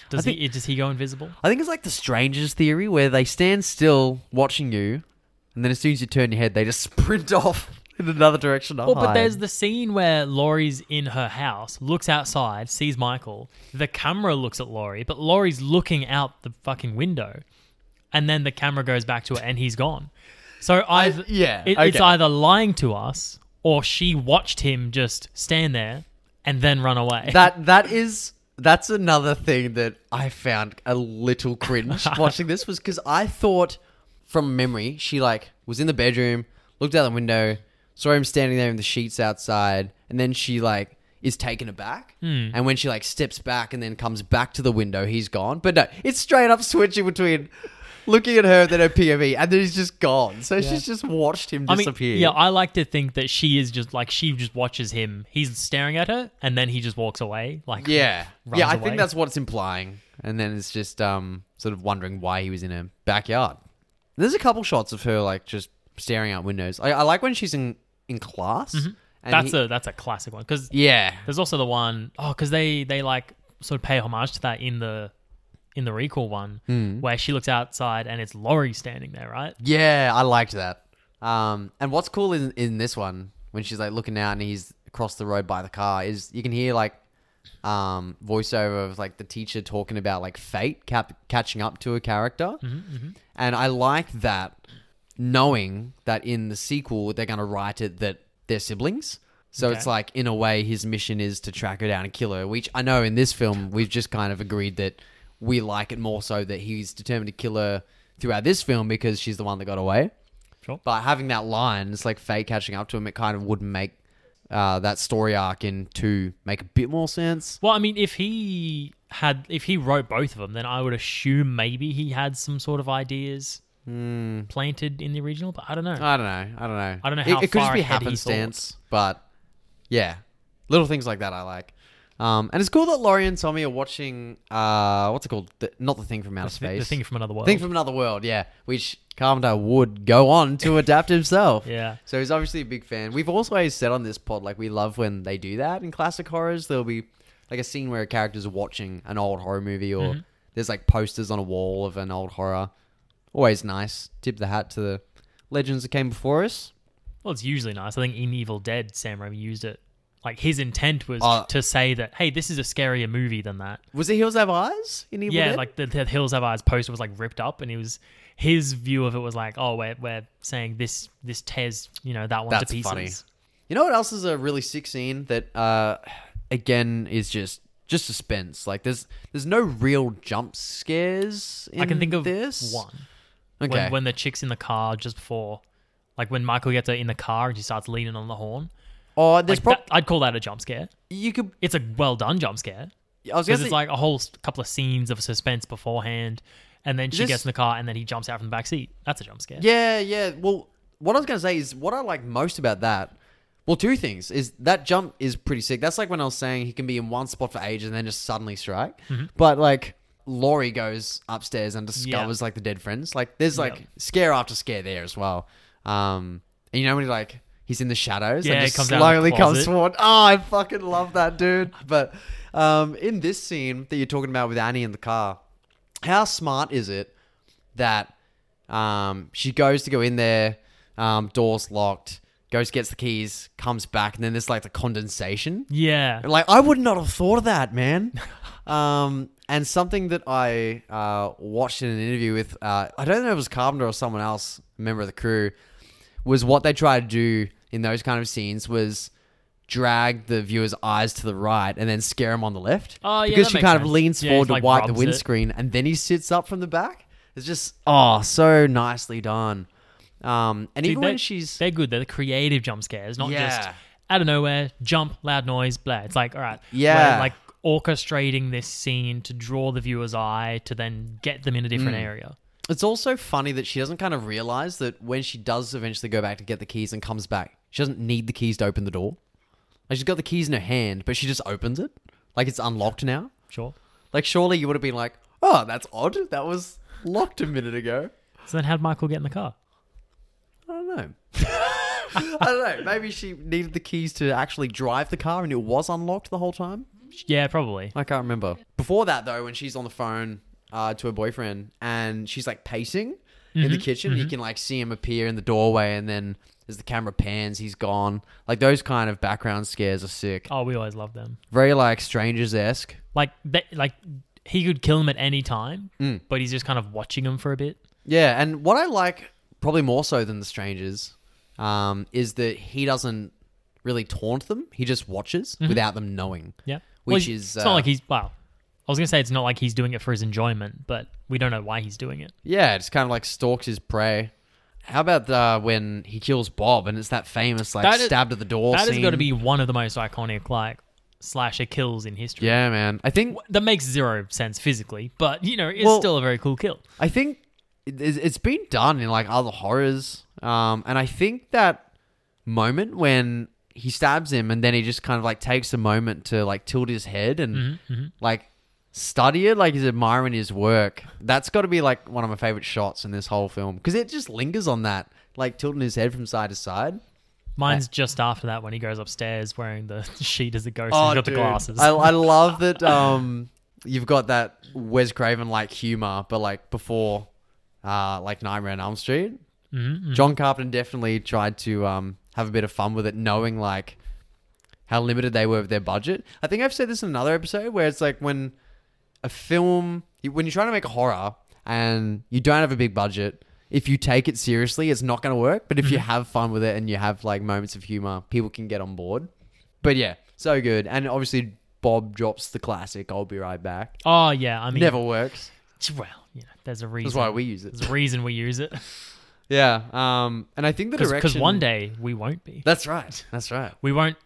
S2: Does
S1: I think-
S2: he does he go invisible?
S1: I think it's like the strangers theory where they stand still watching you, and then as soon as you turn your head, they just sprint off in another direction. to
S2: Well, but
S1: hide.
S2: there's the scene where Laurie's in her house, looks outside, sees Michael. The camera looks at Laurie, but Laurie's looking out the fucking window, and then the camera goes back to it, and he's gone. So I've
S1: yeah,
S2: it, it's
S1: okay.
S2: either lying to us or she watched him just stand there and then run away.
S1: that that is that's another thing that I found a little cringe watching this was because I thought from memory she like was in the bedroom, looked out the window, saw him standing there in the sheets outside, and then she like is taken aback.
S2: Hmm.
S1: And when she like steps back and then comes back to the window, he's gone. But no, it's straight up switching between looking at her then her POV, and then he's just gone. So she's just watched him
S2: I mean,
S1: disappear.
S2: yeah, I like to think that she is just like she just watches him. He's staring at her, and then he just walks away. Like
S1: Yeah.
S2: runs
S1: yeah, I
S2: away.
S1: think that's what it's implying. And then it's just um sort of wondering why he was in her backyard. There's a couple shots of her like just staring out windows. I, I like when she's in in class. And
S2: Mm-hmm. that's
S1: he-
S2: a that's a classic one because
S1: yeah.
S2: There's also the one oh, because they they like sort of pay homage to that in the in the recall one
S1: Hmm.
S2: where she looks outside and it's Laurie standing there, right?
S1: Yeah, I liked that. Um, and what's cool in in this one when she's like looking out and he's across the road by the car is you can hear like um voiceover of like the teacher talking about like fate cap- catching up to a character, and I like that knowing that in the sequel they're going to write it that they're siblings. So
S2: Okay.
S1: it's like in a way his mission is to track her down and kill her, which I know in this film we've just kind of agreed that we like it more so that he's determined to kill her throughout this film because she's the one that got away.
S2: Sure.
S1: But having that line, it's like fate catching up to him. It kind of would make uh, that story arc in two make a bit more sense.
S2: Well, I mean, if he had if he wrote both of them, then I would assume maybe he had some sort of ideas
S1: Hmm.
S2: planted in the original, but I don't know.
S1: I don't know. I don't know.
S2: I don't know
S1: It-
S2: how
S1: it, could
S2: far
S1: just be
S2: ahead he
S1: happenstance, but yeah, little things like that I like. Um, and it's cool that Laurie and Tommy are watching. Uh, what's it called? The, not the thing from outer
S2: the,
S1: space.
S2: the thing from another world.
S1: Thing from another world. Yeah, which Carpenter would go on to adapt himself.
S2: yeah.
S1: So he's obviously a big fan. We've always said on this pod, like we love when they do that in classic horrors. There'll be like a scene where a character's watching an old horror movie, or
S2: Mm-hmm.
S1: there's like posters on a wall of an old horror. Always nice. Tip the hat to the legends that came before us.
S2: Well, it's usually nice. I think in Evil Dead, Sam Raimi used it. Like his intent was
S1: Uh,
S2: to say that, hey, this is a scarier movie than that.
S1: Was it Hills Have Eyes in Evil
S2: yeah,
S1: Dead?
S2: like the, the Hills Have Eyes poster was like ripped up, and it was his view of it was like, oh, we're we're saying this this tears you know that one
S1: That's
S2: to pieces.
S1: funny. You know what else is a really sick scene that uh again is just just suspense. Like there's there's no real jump scares in
S2: I can think of
S1: this.
S2: one
S1: Okay.
S2: when when the chick's in the car just before, like when Michael gets her in the car and she starts leaning on the horn.
S1: oh, there's
S2: Like
S1: prob-
S2: that, I'd call that a jump scare.
S1: you could
S2: It's a well done jump scare
S1: I was
S2: because
S1: going
S2: it's like a whole s- couple of scenes of suspense beforehand, and then she
S1: This-
S2: gets in the car and then he jumps out from the back seat. That's a jump scare.
S1: Yeah, yeah. Well, what I was gonna say is what I like most about that. Well, two things is that jump is pretty sick. That's like when I was saying he can be in one spot for ages and then just suddenly strike. But like Laurie goes upstairs and discovers like the dead friends. Like there's like
S2: Yeah.
S1: scare after scare there as well. Um, and you know when he like he's in the shadows
S2: Yeah,
S1: and
S2: it
S1: just
S2: comes out of
S1: slowly
S2: the
S1: comes
S2: closet.
S1: forward. Oh, I fucking love that dude. But um, in this scene that you're talking about with Annie in the car, how smart is it that um, she goes to go in there, um, doors locked, goes gets the keys, comes back, and then there's like the condensation.
S2: Yeah.
S1: Like I would not have thought of that, man. um, and something that I uh, watched in an interview with uh, I don't know if it was Carpenter or someone else, a member of the crew, was what they try to do in those kind of scenes was drag the viewer's eyes to the right and then scare him on the left.
S2: Oh, yeah,
S1: because
S2: that
S1: she
S2: makes
S1: kind of
S2: sense.
S1: leans
S2: Yeah,
S1: forward
S2: he,
S1: to
S2: like,
S1: wipe the
S2: rubs it.
S1: windscreen and then he sits up from the back. It's just oh, so nicely done. Um, and
S2: Dude,
S1: even
S2: they-
S1: when she's
S2: They're good. They're the creative jump scares, not just
S1: Yeah.
S2: out of nowhere, jump, loud noise, blah. It's like, all right.
S1: Yeah.
S2: we're, like orchestrating this scene to draw the viewer's eye to then get them in a
S1: Mm.
S2: different area.
S1: It's also funny that she doesn't kind of realize that when she does eventually go back to get the keys and comes back, she doesn't need the keys to open the door. Like she's got the keys in her hand, but she just opens it. Like it's unlocked now.
S2: Sure.
S1: Like surely you would have been like, "Oh, that's odd. That was locked a minute ago."
S2: So then how'd Michael get in the car?
S1: I don't know. I don't know. Maybe she needed the keys to actually drive the car and it was unlocked the whole time.
S2: Yeah, probably.
S1: I can't remember. Before that, though, when she's on the phone uh, to her boyfriend and she's like pacing
S2: Mm-hmm.
S1: in the kitchen, you can like see him appear in the doorway, and then as the camera pans, he's gone. Like those kind of background scares are sick.
S2: Oh, we always love them.
S1: Very like strangers esque.
S2: Like they, like he could kill him at any time,
S1: Mm.
S2: but he's just kind of watching him for a bit.
S1: Yeah, and what I like probably more so than the strangers um, is that he doesn't really taunt them. He just watches
S2: Mm-hmm.
S1: without them knowing.
S2: Yeah.
S1: Which
S2: he-
S1: is,
S2: it's
S1: uh,
S2: not like he's wow. I was gonna say it's not like he's doing it for his enjoyment, but we don't know why he's doing it.
S1: Yeah, it's kind of like stalks his prey. How about uh, when he kills Bob and it's that famous like
S2: That is-
S1: stabbed at the door?
S2: That has
S1: scene?
S2: got to be one of the most iconic like slasher kills in history.
S1: Yeah, man. I think
S2: That makes zero sense physically, but you know, it's
S1: Well-
S2: still a very cool kill.
S1: I think it- it's it's been done in like other horrors, um, and I think that moment when he stabs him and then he just kind of like takes a moment to like tilt his head and like study it, like he's admiring his work. That's got to be like one of my favorite shots in this whole film because it just lingers on that, like tilting his head from side to side.
S2: Mine's just after that when he goes upstairs wearing the sheet as a ghost and
S1: Oh,
S2: he's got
S1: dude.
S2: the glasses.
S1: I, I love that um, you've got that Wes Craven like humor, but like before, uh, like Nightmare on Elm Street. Mm-hmm. John Carpenter definitely tried to um, have a bit of fun with it, knowing like how limited they were with their budget. I think I've said this in another episode where it's like when a film, you- when you're trying to make a horror and you don't have a big budget. If you take it seriously, it's not going to work. But if you
S2: Mm-hmm.
S1: have fun with it and you have like moments of humor, people can get on board. But yeah, so good. And obviously, Bob drops the classic "I'll be right back."
S2: oh yeah, I mean,
S1: Never works.
S2: Well, you know, there's a reason.
S1: That's why we use it.
S2: There's a reason we use it
S1: Yeah. Um. And I think the direction.
S2: because one day we won't be.
S1: That's right. That's right.
S2: We won't.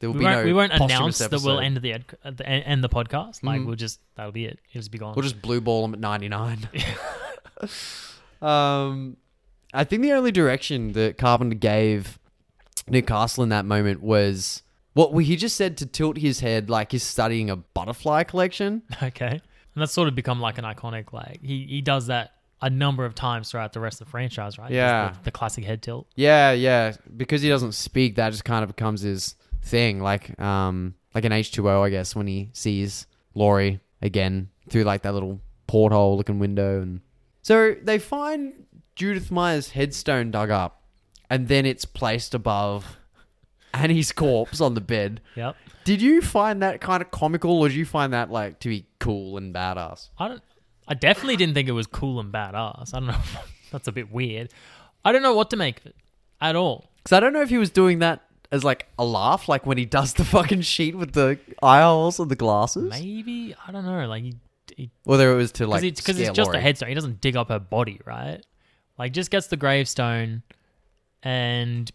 S1: There will
S2: We
S1: be
S2: won't,
S1: no.
S2: we won't
S1: posthumous
S2: announce that we'll
S1: episode. Mm.
S2: end the ed, uh, the- end the podcast. Like we'll just that'll be it. It'll just be gone.
S1: We'll just blue ball them at ninety nine. um, I think the only direction that Carpenter gave Newcastle in that moment was what he just said to tilt his head like he's studying a butterfly collection.
S2: okay, and that's sort of become like an iconic. Like he he does that a number of times throughout the rest of the franchise, right? Just
S1: Yeah.
S2: the, the classic head tilt.
S1: Yeah, yeah. Because he doesn't speak, that just kind of becomes his thing. Like, um, like an H two O, I guess, when he sees Laurie again through like that little porthole looking window, and so they find Judith Meyer's headstone dug up, and then it's placed above Annie's corpse on the bed.
S2: Yep.
S1: Did you find that kind of comical, or did you find that like to be cool and badass?
S2: I don't. I definitely didn't think it was cool and badass. I don't know. that's a bit weird. I don't know what to make of it at all.
S1: Because I don't know if he was doing that as like a laugh, like when he does the fucking sheet with the eye holes and the glasses.
S2: Maybe I don't know. Like he, he
S1: Whether it was to like
S2: because it's, 'cause it's
S1: scare
S2: just a
S1: Laurie.
S2: headstone. He doesn't dig up her body, right? Like just gets the gravestone, and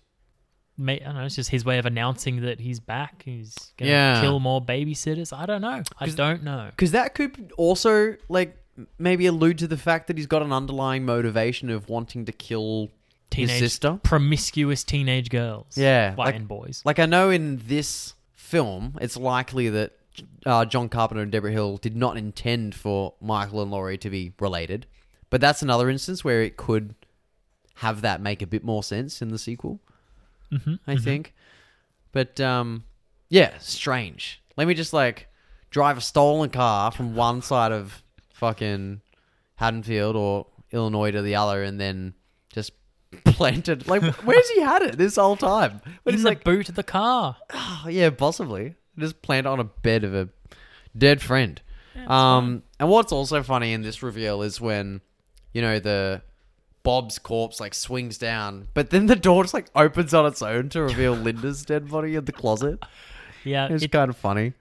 S2: ma- I don't know. It's just his way of announcing that he's back. He's gonna
S1: Yeah.
S2: kill more babysitters. I don't know. I don't know.
S1: Because that could also like m- maybe allude to the fact that he's got an underlying motivation of wanting to kill
S2: Teenage
S1: his sister.
S2: promiscuous teenage girls.
S1: Yeah,
S2: Well,
S1: like-
S2: and boys.
S1: Like I know in this film, it's likely that uh, John Carpenter and Deborah Hill did not intend for Michael and Laurie to be related, but that's another instance where it could have that make a bit more sense in the sequel. I think, but um, yeah, strange. Let me just like drive a stolen car from one side of fucking Haddonfield or Illinois to the other, and then just plant it. Like, where's he had it this whole time? But
S2: In
S1: he's
S2: the
S1: like,
S2: boot of the car.
S1: Oh, yeah, possibly. Just plant on a bed of a dead friend. um, and what's also funny in this reveal is when, you know, the Bob's corpse like swings down, but then the door just like opens on its own to reveal Linda's dead body in the closet.
S2: Yeah,
S1: It's
S2: it,
S1: kind of funny.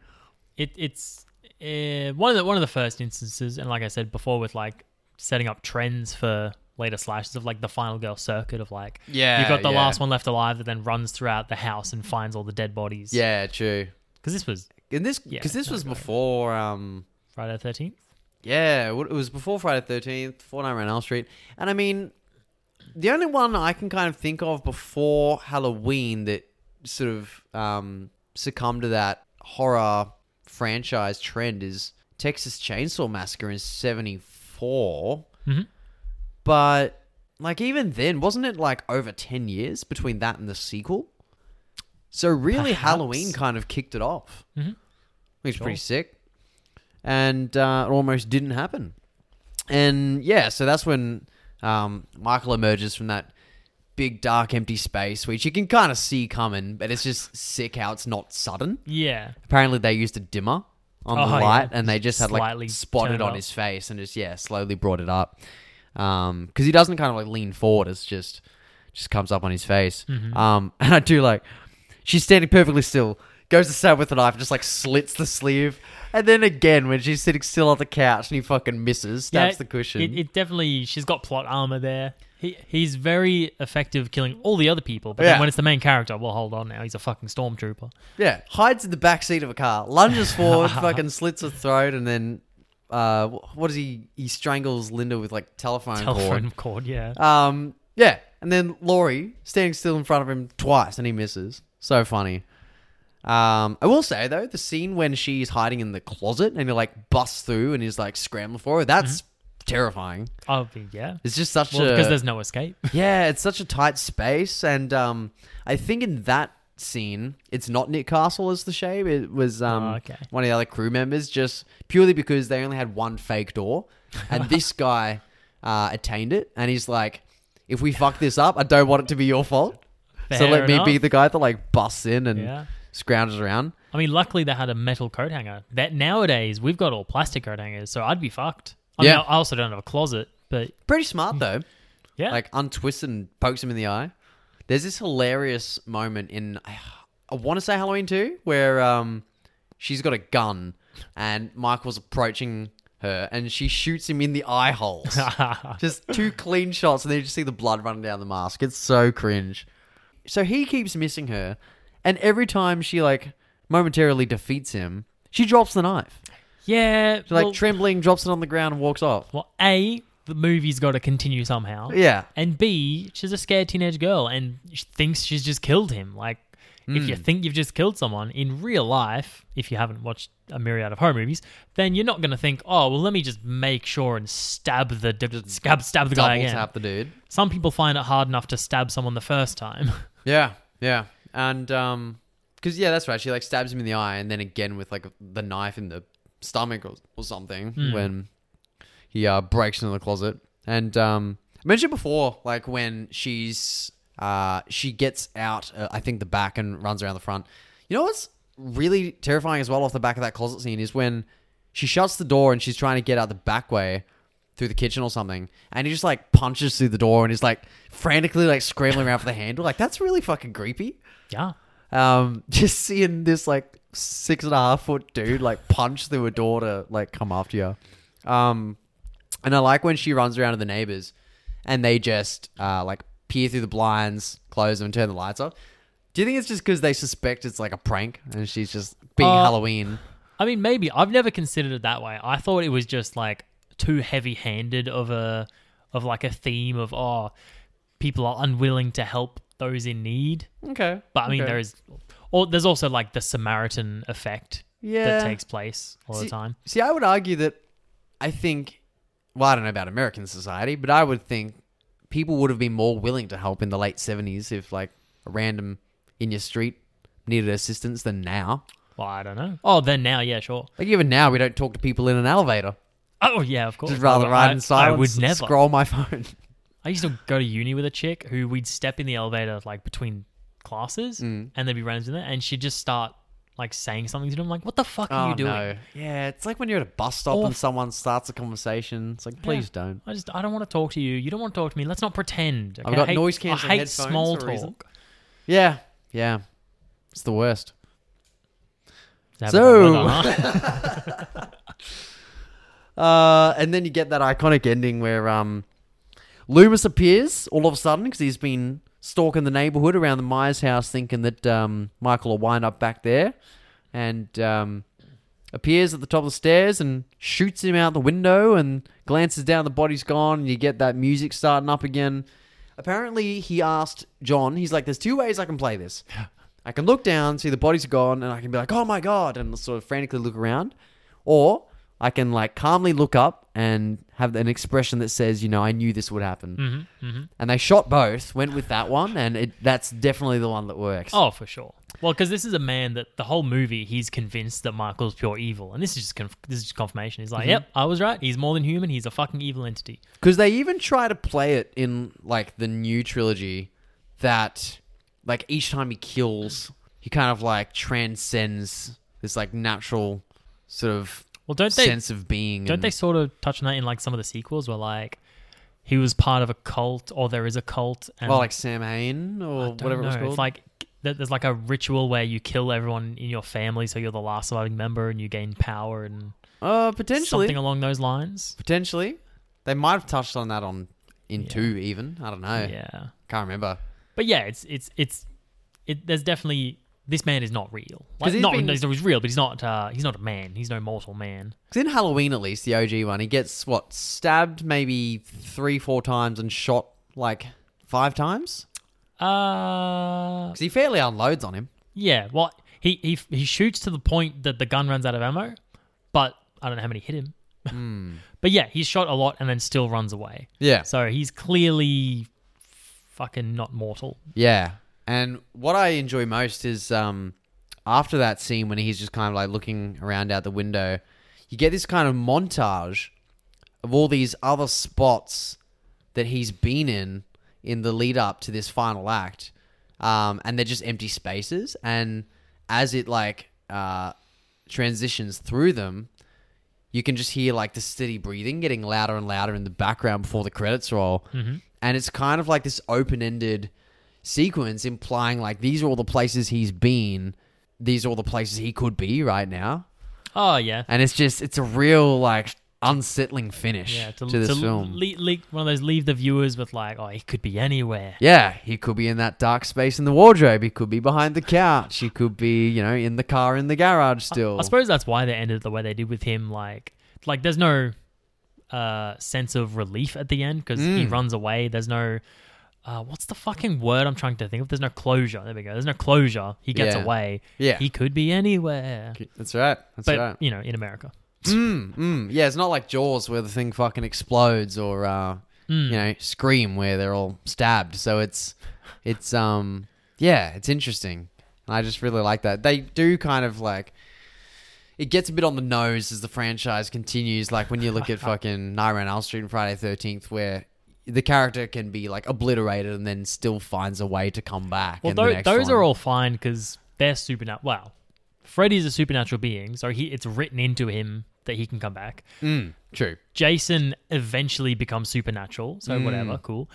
S2: it it's uh, one of the one of the first instances, and like I said before, with like setting up trends for later slashes of like the final girl circuit of like
S1: Yeah,
S2: you got the
S1: yeah.
S2: last one left alive that then runs throughout the house and finds all the dead bodies.
S1: Yeah, true.
S2: because this was
S1: And this
S2: Yeah,
S1: because this
S2: no,
S1: was
S2: no, no.
S1: before um
S2: Friday the Thirteenth.
S1: yeah it wa- it was before Friday Thirteenth, Four Nine Elm Street, and I mean the only one I can kind of think of before Halloween that sort of um succumbed to that horror franchise trend is Texas Chainsaw Massacre in '74.
S2: Mhm.
S1: But like even then, wasn't it like over ten years between that and the sequel? So really,
S2: Perhaps.
S1: Halloween kind of kicked it off, mm-hmm. which is
S2: Sure.
S1: pretty sick, and uh, it almost didn't happen. And yeah, so that's when um, Michael emerges from that big dark empty space, which you can kind of see coming, but it's just sick how it's not sudden.
S2: Yeah,
S1: Apparently, they used a dimmer on
S2: Oh,
S1: the
S2: yeah.
S1: light, and they just had
S2: Slightly
S1: like
S2: turn
S1: spotted
S2: it
S1: on
S2: up.
S1: his face, and just yeah, slowly brought it up. Because he doesn't kind of like lean forward; it's just just comes up on his face.
S2: Mm-hmm.
S1: Um, and I do like she's standing perfectly still, goes to stab with a knife, just like slits the sleeve, and then again when she's sitting still on the couch and he fucking misses,
S2: Yeah,
S1: stabs the cushion.
S2: It, it definitely. She's got plot armor there. He he's very effective killing all the other people, but
S1: Yeah.
S2: then when it's the main character, well, hold on now, he's a fucking stormtrooper.
S1: yeah, hides in the back seat of a car, lunges forward, fucking slits her throat, and then. Uh, wh- what does he? He strangles Linda with like telephone, cord.
S2: Telephone cord, yeah.
S1: Um, yeah, and then Laurie standing still in front of him twice, and he misses. So funny. Um, I will say though, the scene when she's hiding in the closet and he like busts through and is like scrambling for her—that's terrifying.
S2: Oh, yeah.
S1: It's just such
S2: Mm-hmm.
S1: a
S2: Well, because there's no escape.
S1: yeah, it's such a tight space, and um, I think in that scene, it's not Nick Castle as the shape. It was um,
S2: Oh, okay.
S1: one of the other crew members, just purely because they only had one fake door, and this guy uh, attained it, and he's like, "If we fuck this up, I don't want it to be your fault." so
S2: Fair
S1: let me be
S2: enough.
S1: the guy that like busts in and
S2: Yeah.
S1: scrounges around.
S2: I mean, luckily they had a metal coat hanger. That nowadays we've got all plastic coat hangers, so I'd be fucked. I
S1: Yeah.
S2: mean, I also don't have a closet, but
S1: Pretty smart though.
S2: yeah,
S1: like untwists it and pokes him in the eye. There's this hilarious moment in I want to say Halloween 2 where um she's got a gun and Michael's approaching her and she shoots him in the eye holes. just two clean shots and then you just see the blood running down the mask. It's so cringe. So he keeps missing her and every time she like momentarily defeats him, she drops the knife.
S2: yeah.
S1: She, like
S2: well,
S1: trembling drops it on the ground and walks off.
S2: well, a the movie's got to continue somehow.
S1: Yeah.
S2: And B, she's a scared teenage girl and she thinks she's just killed him. Like, if
S1: Hmm.
S2: you think you've just killed someone in real life, if you haven't watched a myriad of horror movies, then you're not going to think, oh, well, let me just make sure and stab the stab stab the guy
S1: Double
S2: again.
S1: tap the dude.
S2: Some people find it hard enough to stab someone the first time.
S1: Yeah, yeah, and um, because yeah, that's right. She like stabs him in the eye, and then again with like the knife in the stomach or, or something when he uh breaks into the closet. And um, I mentioned before, like when she's uh she gets out, uh, I think the back and runs around the front. You know what's really terrifying as well off the back of that closet scene is when she shuts the door and she's trying to get out the back way through the kitchen or something, and he just like punches through the door and is like frantically like scrambling around for the handle. Like that's really fucking creepy.
S2: yeah.
S1: Um, just seeing this like six and a half foot dude like punch through a door to like come after you. Um, and I like when she runs around to the neighbors, and they just uh like peer through the blinds, close them, and turn the lights off. Do you think it's just because they suspect it's like a prank and she's just being
S2: Uh,
S1: Halloween?
S2: I mean, maybe I've never considered it that way. I thought it was just like too heavy-handed of a of like a theme of oh, people are unwilling to help those in need.
S1: Okay,
S2: But I mean, there is, or there's also like the Samaritan effect
S1: Yeah.
S2: that takes place all the
S1: See-
S2: time.
S1: See, I would argue that I think, well, I don't know about American society, but I would think people would have been more willing to help in the late 70s if, like, a random in your street needed assistance than now.
S2: Well, I don't know. Oh, then now, yeah, sure.
S1: Like, even now, we don't talk to people in an elevator.
S2: Oh, yeah, of course.
S1: Just rather
S2: I-
S1: ride in
S2: I, I
S1: silence.
S2: would
S1: and
S2: never.
S1: Scroll my phone.
S2: I used to go to uni with a chick
S1: Mm.
S2: who we'd step in the elevator like between classes, and there'd be randoms in there, and she'd just start like saying something to them. Like, what the fuck are you doing?
S1: Oh, no. Yeah, it's like when you're at a bus stop
S2: Or-
S1: and someone starts a conversation. It's like, please don't.
S2: I just I don't want to talk to you. You don't want to talk to me. Let's not pretend. okay?
S1: got
S2: I hate,
S1: noise cancelling
S2: I hate
S1: headphones
S2: small
S1: for a reason.
S2: talk.
S1: Yeah, yeah. It's the worst.
S2: Have
S1: So-
S2: another one, huh?
S1: Uh, and then you get that iconic ending where um, Loomis appears all of a sudden because he's been stalking the neighborhood around the Myers house, thinking that um, Michael will wind up back there, and um, appears at the top of the stairs and shoots him out the window and glances down. The body's gone, and you get that music starting up again. Apparently, he asked John. He's like, "There's two ways I can play this. I can look down, see the body's gone, and I can be like, oh my god, and sort of frantically look around, or I can like calmly look up and have an expression that says, you know, I knew this would happen." Mm-hmm, And they shot both. Went with that one, and it, that's definitely the one that works.
S2: oh, for sure. Well, because this is a man that the whole movie he's convinced that Michael's pure evil, and this is just conf- this is just confirmation. He's like,
S1: Mm-hmm.
S2: yep, I was right. He's more than human. He's a fucking evil entity.
S1: Because they even try to play it in like the new trilogy that like each time he kills, he kind of like transcends this like natural sort of
S2: Well, don't they
S1: sense of being.
S2: don't
S1: and-
S2: they sort of touch on that in like some of the sequels where like he was part of a cult or there is a cult and
S1: Well, like Sam Hain or
S2: don't
S1: whatever it was
S2: know.
S1: called.
S2: It's like th- there's like a ritual where you kill everyone in your family, so you're the last surviving member, and you gain power and
S1: uh, potentially,
S2: something along those lines.
S1: potentially, they might have touched on that on in two. Even I don't know.
S2: Yeah,
S1: Can't remember.
S2: but yeah, it's it's it's it. There's definitely this man is not real.
S1: 'Cause
S2: Like,
S1: he's
S2: not
S1: been-
S2: no, he's, he's real, but he's not uh, he's not a man. He's no mortal man.
S1: Because in Halloween, at least the OG one, he gets what stabbed maybe three, four times and shot like five times.
S2: Uh,
S1: Because he fairly unloads on him.
S2: yeah. Well, he he he shoots to the point that the gun runs out of ammo, but I don't know how many hit him. but yeah, he's shot a lot and then still runs away.
S1: Hmm. Yeah.
S2: So he's clearly fucking not mortal.
S1: Yeah. And what I enjoy most is um, after that scene when he's just kind of like looking around out the window, you get this kind of montage of all these other spots that he's been in in the lead up to this final act. Um, and they're just empty spaces. And as it like uh, transitions through them, you can just hear like the steady breathing getting louder and louder in the background before the credits roll. Mm-hmm. And it's kind of like this open ended sequence implying like these are all the places he's been, these are all the places he could be right now.
S2: Oh yeah,
S1: And it's just, it's a real like unsettling finish
S2: yeah.
S1: to, this film.
S2: Le- le- one of those leave the viewers with like, oh, he could be anywhere.
S1: yeah, he could be in that dark space in the wardrobe. He could be behind the couch. He could be, you know, in the car in the garage still.
S2: I suppose that's why they ended the way they did with him. Like, like there's no uh, sense of relief at the end because
S1: Mm.
S2: he runs away. There's no uh, what's the fucking word I'm trying to think of? There's no closure. There we go. There's no closure. He gets
S1: Yeah.
S2: away.
S1: Yeah.
S2: he could be anywhere.
S1: That's right. That's
S2: but
S1: right.
S2: you know, in America,
S1: Mm, mm. Yeah, it's not like Jaws where the thing fucking explodes or uh,
S2: Mm. Hmm.
S1: you know Scream where they're all stabbed. So it's it's um yeah, it's interesting. And I just really like that. They do kind of like it gets a bit on the nose as the franchise continues. Like when you look at fucking Nightmare on Elm Street and Friday Thirteenth, where the character can be like obliterated and then still finds a way to come back.
S2: Well,
S1: in the
S2: tho-
S1: next
S2: those
S1: one.
S2: are all fine because they're supernatural. Well, Freddy's a supernatural being, so he it's written into him that he can come back.
S1: Mm, true.
S2: Jason eventually becomes supernatural, so
S1: Mm.
S2: whatever, cool.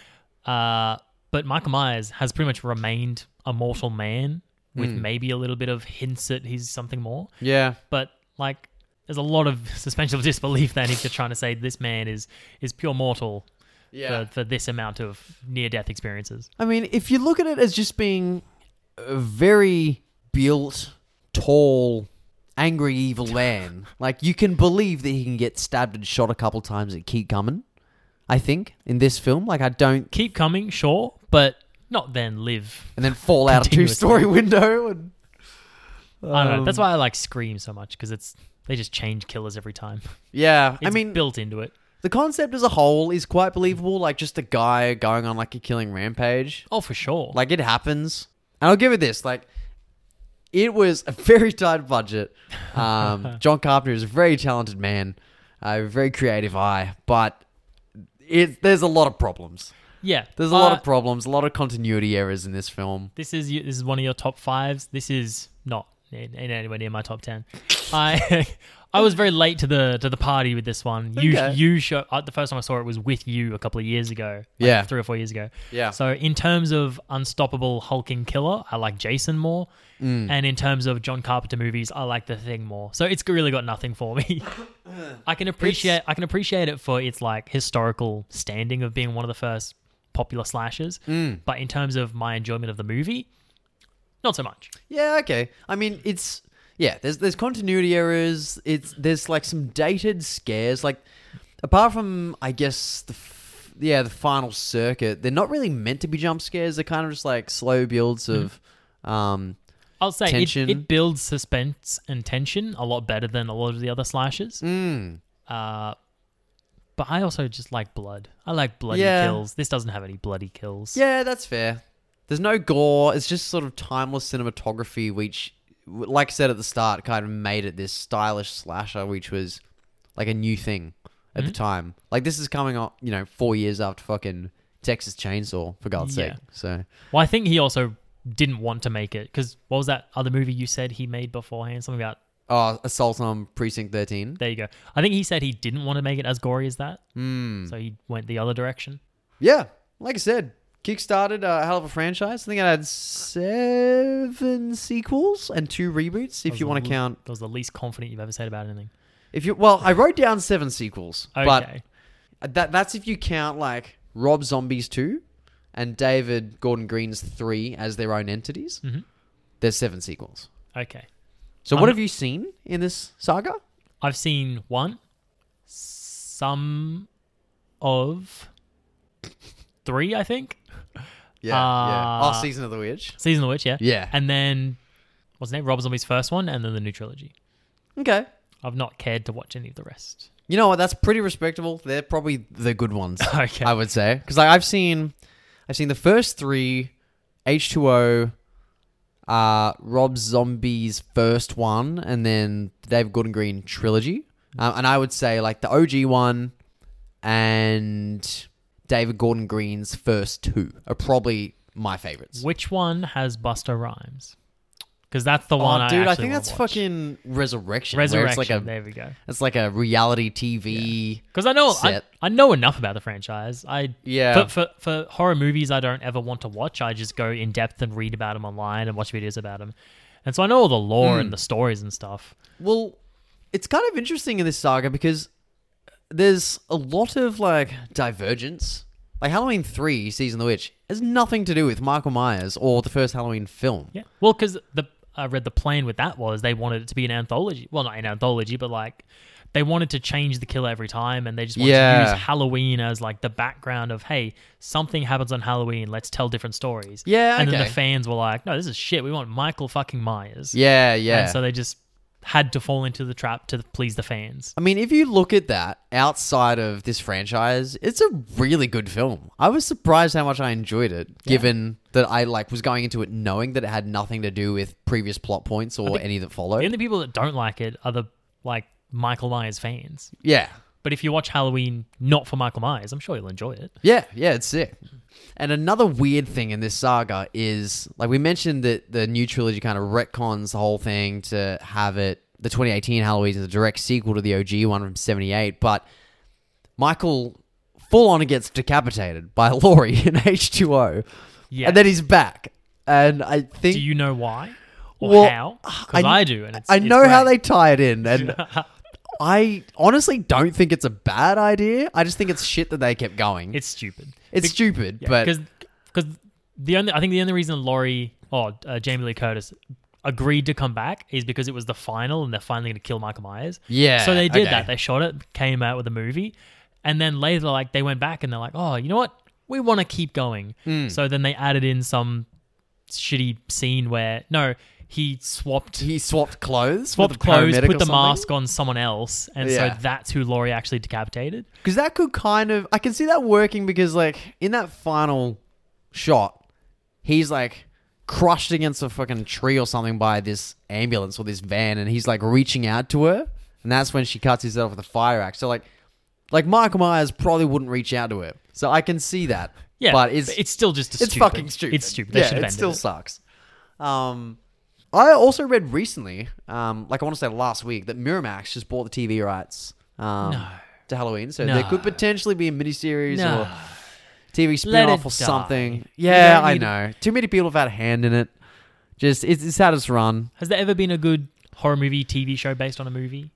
S2: Uh, but Michael Myers has pretty much remained a mortal man with
S1: Mm.
S2: maybe a little bit of hints at he's something more.
S1: Yeah.
S2: But like, there's a lot of suspension of disbelief then if you're trying to say this man is is pure mortal
S1: Yeah.
S2: for, for this amount of near death experiences.
S1: I mean, if you look at it as just being a very built, tall, angry evil man, like you can believe that he can get stabbed and shot a couple times and keep coming. I think in this film, like I don't,
S2: Keep coming, sure, but not then live
S1: and then fall out a
S2: Continuously.
S1: two-story window. And,
S2: I don't know. That's
S1: Um,
S2: why I like Scream so much because it's they just change killers every time.
S1: yeah,
S2: It's
S1: I mean,
S2: built into it.
S1: the concept as a whole is quite believable. Like just a guy going on like a killing rampage.
S2: Oh, for sure.
S1: Like it happens. And I'll give it this, like it was a very tight budget. Um, John Carpenter is a very talented man, uh, a very creative eye, but it there's a lot of problems.
S2: yeah,
S1: There's a lot
S2: Uh,
S1: of problems, a lot of continuity errors in this film.
S2: this is you- this is one of your top fives. This is not in, in anywhere near my top ten. I I was very late to the to the party with this one. You
S1: Okay.
S2: you show uh, the first time I saw it was with you a couple of years ago. like
S1: Yeah.
S2: three or four years ago.
S1: Yeah.
S2: So in terms of unstoppable hulking killer, I like Jason more,
S1: Mm.
S2: and in terms of John Carpenter movies, I like The Thing more. So it's really got nothing for me. I can appreciate I can appreciate it for its like historical standing of being one of the first popular slashes,
S1: Mm.
S2: but in terms of my enjoyment of the movie, not so much.
S1: Yeah, okay. I mean, it's yeah. There's there's continuity errors. It's there's like some dated scares. Like apart from I guess the f- yeah the final circuit, they're not really meant to be jump scares. They're kind of just like slow builds of um
S2: I'll say it,
S1: Tension.
S2: it builds suspense and tension a lot better than a lot of the other
S1: Mm.
S2: slashes.
S1: hmm.
S2: Uh, but I also just like blood. I like bloody
S1: Yeah.
S2: kills. This doesn't have any bloody kills.
S1: yeah that's fair. There's no gore. It's just sort of timeless cinematography, which like I said at the start, kind of made it this stylish slasher, which was like a new thing at
S2: Mm-hmm.
S1: the time. Like this is coming on, you know, four years after fucking. Texas Chainsaw, for God's
S2: Yeah.
S1: sake. So
S2: Well, I think he also didn't want to make it because what was that other movie you said he made beforehand? Something about
S1: Oh, assault on precinct thirteen.
S2: there you go. I think he said he didn't want to make it as gory as that,
S1: Hmm.
S2: so he went the other direction.
S1: Yeah, like I said, kickstarted a hell of a franchise. I think it had seven sequels and two reboots. If you want to count,
S2: That was the least confident you've ever said about anything.
S1: if you well, I wrote down seven sequels,
S2: Okay,
S1: but that that's if you count like Rob Zombie's two and David Gordon Green's three as their own entities.
S2: Mhm.
S1: There's seven sequels.
S2: okay.
S1: So
S2: I'm
S1: what
S2: not-
S1: have you seen in this saga?
S2: I've seen one, some of three, I think.
S1: Yeah,
S2: yeah. Uh,
S1: Oh, season of the witch.
S2: Season of the Witch, yeah.
S1: Yeah.
S2: And then, what's his name? Rob Zombie's first one, and then the new trilogy.
S1: Okay.
S2: I've not cared to watch any of the rest.
S1: You know what? That's pretty respectable. They're probably the good ones.
S2: Okay.
S1: I would say because like, I've seen, I've seen the first three, H two O, uh, Rob Zombie's first one, and then the David Gordon Green trilogy. Um, and I would say like the OG one, and David Gordon Green's first two are probably my favorites.
S2: Which one has Buster Rhymes? Because that's the
S1: Oh,
S2: one.
S1: dude,
S2: I,
S1: I,
S2: actually
S1: think
S2: wanna
S1: that's
S2: watch.
S1: fucking resurrection. where
S2: Resurrection.
S1: It's like a
S2: there we go.
S1: it's like a reality TV.
S2: Because I know I,
S1: Set.
S2: I know enough about the franchise. I
S1: Yeah.
S2: For, for for horror movies, I don't ever want to watch. I just go in depth and read about them online and watch videos about them, and so I know all the lore
S1: Hmm.
S2: and the stories and stuff.
S1: Well, it's kind of interesting in this saga because there's a lot of like divergence. Like Halloween three, season of the witch, has nothing to do with Michael Myers or the first Halloween film.
S2: Yeah. Well, because the I read the plan with that was they wanted it to be an anthology. Well, not an anthology, but like they wanted to change the killer every time, and they just wanted to
S1: Yeah.
S2: use Halloween as like the background of hey, something happens on Halloween. Let's tell different stories.
S1: Yeah,
S2: And then the
S1: okay.
S2: fans were like, no, this is shit. We want Michael fucking Myers.
S1: Yeah, yeah.
S2: And so they just had to fall into the trap to please the fans.
S1: I mean, if you look at that outside of this franchise, it's a really good film. I was surprised how much I enjoyed it, given that I like was going into it knowing that it had nothing to do with previous plot points or any that
S2: The
S1: followed.
S2: only people that don't like it are the like Michael Myers fans.
S1: yeah.
S2: But if you watch Halloween not for Michael Myers, I'm sure you'll enjoy it.
S1: Yeah, yeah, it's sick. And another weird thing in this saga is like we mentioned that the new trilogy kind of retcons the whole thing to have it the 2018 Halloween is a direct sequel to the OG one from 78, but Michael full on gets decapitated by Laurie in H2O.
S2: Yeah.
S1: And then he's back. And I think
S2: Do you know why or
S1: Well, ah,
S2: how? Because I,
S1: I-
S2: do, and it's,
S1: I
S2: it's
S1: know how
S2: great.
S1: they tie it in and I honestly don't think it's a bad idea. I just think it's shit that they kept going. It's,
S2: It's stupid.
S1: stupid, but
S2: because because the only I think the only reason Laurie or uh, Jamie Lee Curtis agreed to come back is because it was the final and they're finally going to kill Michael Myers.
S1: Yeah,
S2: So they did
S1: okay.
S2: that. They shot it, came out with a movie, and then later like they went back and they're like, oh, you know what? We want to keep going.
S1: Hmm.
S2: So then they added in some shitty scene where no, he swapped
S1: he swapped clothes.
S2: swapped
S1: with a
S2: clothes,
S1: paramedic or
S2: put the
S1: something?
S2: mask on someone else, and
S1: Yeah.
S2: so that's who Laurie actually decapitated.
S1: Because that could kind of, I can see that working because, like, in that final shot, he's like crushed against a fucking tree or something by this ambulance or this van, and he's like reaching out to her, and that's when she cuts herself with a fire axe. So, like, like Michael Myers probably wouldn't reach out to her, so I can see that.
S2: Yeah,
S1: but it's
S2: it's still just a
S1: it's fucking stupid.
S2: It's stupid. They should
S1: yeah,
S2: have
S1: it
S2: ended
S1: still
S2: it.
S1: sucks. Um, I also read recently, um, like I want to say last week, that Miramax just bought the TV rights um,
S2: No.
S1: to Halloween, so
S2: No.
S1: there could potentially be a miniseries
S2: No.
S1: or TV
S2: Let
S1: spin-off
S2: it
S1: or
S2: die.
S1: something.
S2: You
S1: Yeah,
S2: don't
S1: I
S2: need-
S1: know. Too many people have had a hand in it. Just it's, it's had its run.
S2: Has there ever been a good horror movie TV show based on a movie?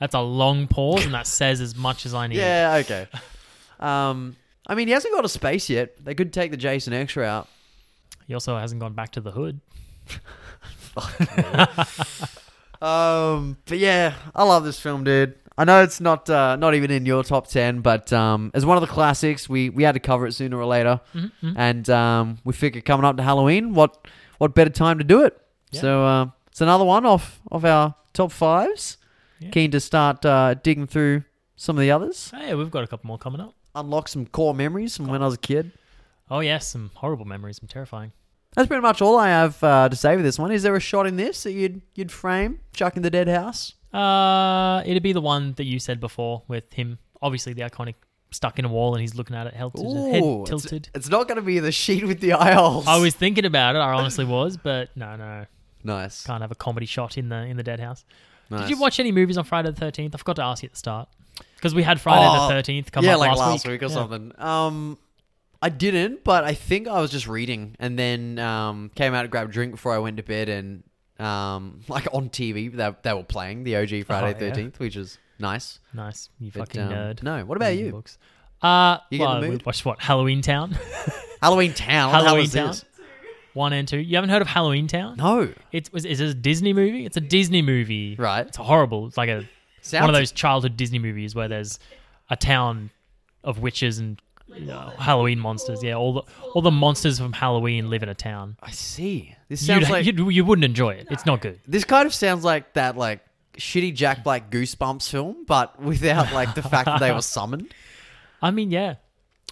S2: That's a long pause, and that says as much as I need.
S1: Yeah, okay. um, I mean, he hasn't got a space yet. They could take the Jason X route.
S2: He also hasn't gone back to the hood.
S1: Um, but yeah, I love this film, dude. I know it's not uh, not even in your top ten, but um, as one of the classics, we we had to cover it sooner or later, and um, we figured coming up to Halloween, what what better time to do it?
S2: Yeah.
S1: So uh, it's another one off of our top fives.
S2: Yeah.
S1: Keen to start uh, digging through some of the others,
S2: Hey, we've got a couple more coming up.
S1: unlock some core memories from when I was a kid.
S2: Oh yes, some horrible memories, some terrifying.
S1: That's pretty much all I have uh, to say with this one. Is there a shot in this that you'd you'd frame Chuck in the Dead House?
S2: Uh, it'd be the one that you said before with him, obviously the iconic stuck in a wall, and he's looking at it, held head
S1: it's-
S2: tilted.
S1: It's, not going to be the sheet with the eye holes.
S2: I was thinking about it. I honestly was, but no, no,
S1: nice.
S2: can't have a comedy shot in the in the deadhouse.
S1: nice.
S2: Did you watch any movies on Friday the Thirteenth? I forgot to ask you at the start because we had Friday
S1: Oh,
S2: the Thirteenth come
S1: yeah,
S2: up
S1: like
S2: last,
S1: last week, or
S2: Yeah.
S1: something. Um, I didn't, but I think I was just reading, and then um, came out to grab a drink before I went to bed, and um, like on TV, they, they were playing the OG Friday
S2: Oh, yeah.
S1: Thirteenth, which is nice.
S2: Nice, you
S1: But,
S2: fucking
S1: um,
S2: nerd.
S1: No, what about
S2: Reading
S1: you?
S2: Books. Uh,
S1: You get in the
S2: well, we
S1: mood?
S2: watched what Halloween Town,
S1: Halloween Town. What the hell
S2: Halloween
S1: is
S2: Town,
S1: this?
S2: one and two. You haven't heard of Halloween Town?
S1: No,
S2: It was is it a Disney movie? It's a Disney movie.
S1: right?
S2: It's horrible. It's like a
S1: Sounds
S2: one of those childhood Disney movies where there's a town of witches and uh, Halloween monsters. Yeah, all the all the monsters from Halloween live in a town.
S1: I see. This sounds
S2: You'd,
S1: like
S2: you'd, you wouldn't enjoy it. It's not good.
S1: This kind of sounds like that like shitty Jack Black Goosebumps film, but without like the fact that they were summoned.
S2: I mean, yeah.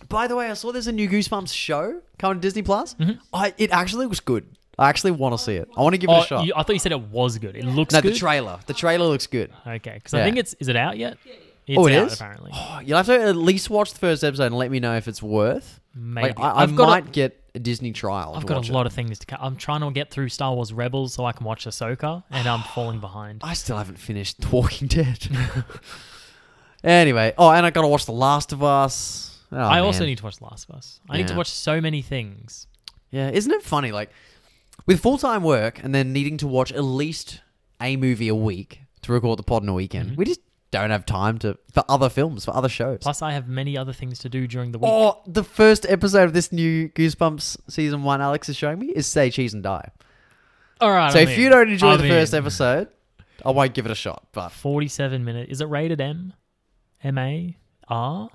S1: By the way, I saw there's a new Goosebumps show coming to Disney Plus.
S2: Mm-hmm.
S1: I it actually was good. I actually want to see it. I want to give it
S2: Oh,
S1: a shot.
S2: you- I thought you said it was good. It looks
S1: no,
S2: good.
S1: the trailer. The trailer looks good.
S2: okay, because
S1: Yeah.
S2: I think it's is it out yet? It's
S1: Oh, it
S2: out,
S1: is?
S2: apparently.
S1: Oh, you'll have to at least watch the first episode and let me know if it's worth.
S2: Maybe
S1: Like, I, I
S2: I've got a-
S1: might get a Disney trial.
S2: I've
S1: to
S2: got
S1: watch
S2: a
S1: it.
S2: lot of things to. Ca- I'm trying to get through Star Wars Rebels so I can watch Ahsoka, and I'm falling behind.
S1: I still haven't finished The Walking Dead. anyway, oh, and I got to watch The Last of Us. Oh,
S2: I also
S1: man.
S2: need to watch The Last of Us. I need to
S1: Yeah.
S2: watch so many things.
S1: Yeah, isn't it funny? Like, with full time work and then needing to watch at least a movie a week to record the pod in a weekend, we just don't have time to for other films, for other shows.
S2: Mm-hmm. Plus, I have many other things to do during the week.
S1: or the first episode of this new Goosebumps season one Alex is showing me is Say Cheese and Die.
S2: All right.
S1: So
S2: I'm
S1: if
S2: in.
S1: you don't enjoy
S2: I'm
S1: the first
S2: in.
S1: episode, I won't give it a shot. But
S2: 47 minute. Is it rated M? M A R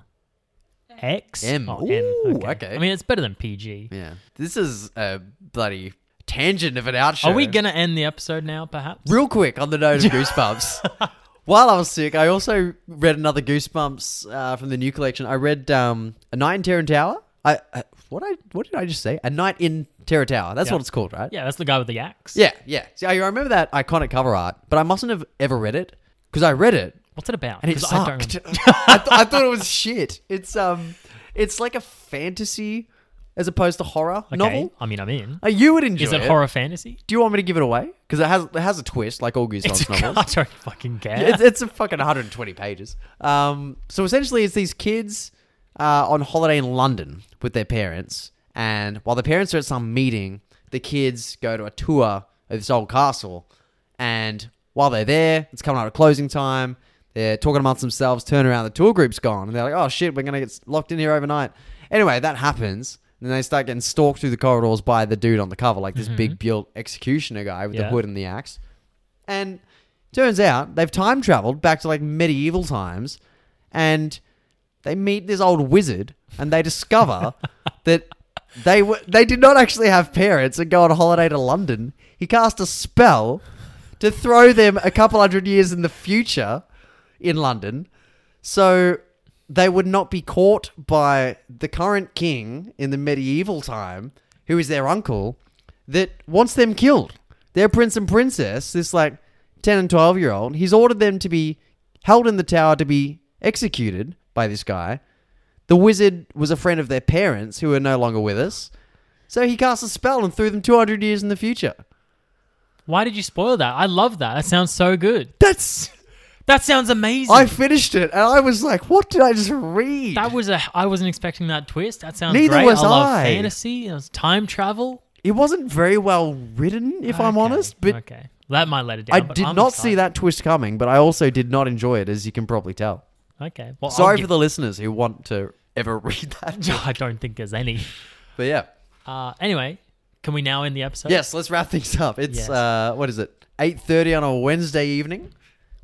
S2: X?
S1: M.
S2: Oh,
S1: Ooh, okay.
S2: I mean, it's better than PG.
S1: yeah, this is a bloody tangent of an out show.
S2: Are we going to end the episode now, perhaps?
S1: Real quick on the note of Goosebumps. While I was sick, I also read another Goosebumps uh, from the new collection. I read um, A Night in Terror Tower. I, I what I what did I just say? A Night in Terror Tower. That's
S2: Yeah.
S1: what it's called, right?
S2: Yeah, that's the guy with the axe.
S1: yeah, yeah. See, I remember that iconic cover art, but I mustn't have ever read it because I read it
S2: What's it about?
S1: and it
S2: 'Cause
S1: sucked. I, th- I thought it was shit. It's um, it's like a fantasy as opposed to horror
S2: okay.
S1: novel.
S2: I mean, I'm in.
S1: Uh, you would enjoy
S2: Is it horror fantasy?
S1: Do you want me to give it away? Because it has it has a twist, like all Goosebumps
S2: It's a,
S1: novels.
S2: I don't fucking care.
S1: it's, it's a fucking 120 pages. Um, so essentially, it's these kids uh, on holiday in London with their parents, and while the parents are at some meeting, the kids go to a tour of this old castle. And while they're there, it's coming out of closing time. They're talking amongst themselves. Turn around, the tour group's gone, and they're like, "Oh shit, we're gonna get s- locked in here overnight." Anyway, that happens. And then they start getting stalked through the corridors by the dude on the cover, like this big built executioner guy with the
S2: Yeah.
S1: hood and the axe. And turns out they've time traveled back to like medieval times and they meet this old wizard and they discover that they were they did not actually have parents and go on holiday to London. He cast a spell to throw them a couple hundred years in the future in London. So they would not be caught by the current king in the medieval time, who is their uncle, that wants them killed. Their prince and princess, this like 10 and 12 year old, he's ordered them to be held in the tower to be executed by this guy. The wizard was a friend of their parents who are no longer with us. So he cast a spell and threw them 200 years in the future.
S2: Why did you spoil that? I love that. That sounds so good.
S1: That's.
S2: That sounds amazing.
S1: I finished it and I was like, what did I just read?
S2: that was a. I wasn't expecting that twist. That sounds
S1: Neither
S2: great.
S1: was
S2: I love
S1: I.
S2: fantasy. It was time travel.
S1: it wasn't very well written, if I'm
S2: Okay,
S1: honest, but
S2: okay, that might let it down.
S1: I
S2: but
S1: did
S2: I'm
S1: not see
S2: excited.
S1: that twist coming, but I also did not enjoy it, as you can probably tell.
S2: Okay, well,
S1: Sorry
S2: I'll
S1: for the listeners who want to ever read that.
S2: give- I don't think there's any.
S1: But yeah.
S2: Uh, anyway, can we now end the episode?
S1: Yes, let's wrap things up. It's
S2: Yes.
S1: uh, what is it? Eight thirty on a Wednesday evening.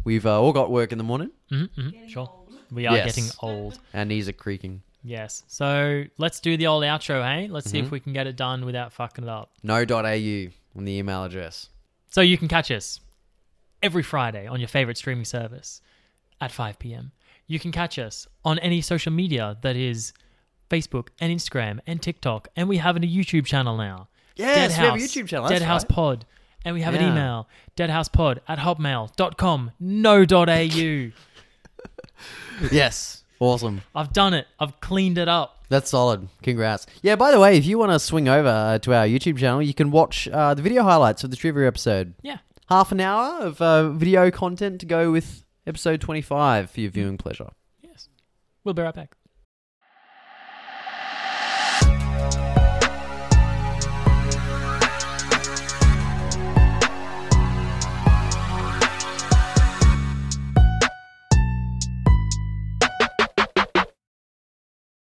S1: We've uh, all got work in the morning,
S2: Mhm, mhm, sure. We are
S1: Yes.
S2: getting old.
S1: our knees are creaking.
S2: Yes. So let's do the old outro, hey? Let's
S1: Mm-hmm.
S2: see if we can get it done without fucking it up.
S1: No.au on the email address.
S2: So you can catch us every Friday on your favorite streaming service at 5 p.m. You can catch us on any social media that is Facebook and Instagram and TikTok. And we have a YouTube channel now.
S1: Yes, we have a YouTube channel, that's
S2: Deadhouse
S1: right.
S2: Pod. And we have an
S1: Yeah.
S2: email, deadhousepod at hotmail.com, no.au.
S1: yes, awesome.
S2: I've done it. I've cleaned it up.
S1: That's solid. Congrats. Yeah. By the way, if you want to swing over uh, to our YouTube channel, you can watch uh, the video highlights of the trivia episode.
S2: Yeah.
S1: Half an hour of uh, video content to go with episode twenty-five for your viewing pleasure.
S2: Yes. We'll be right back.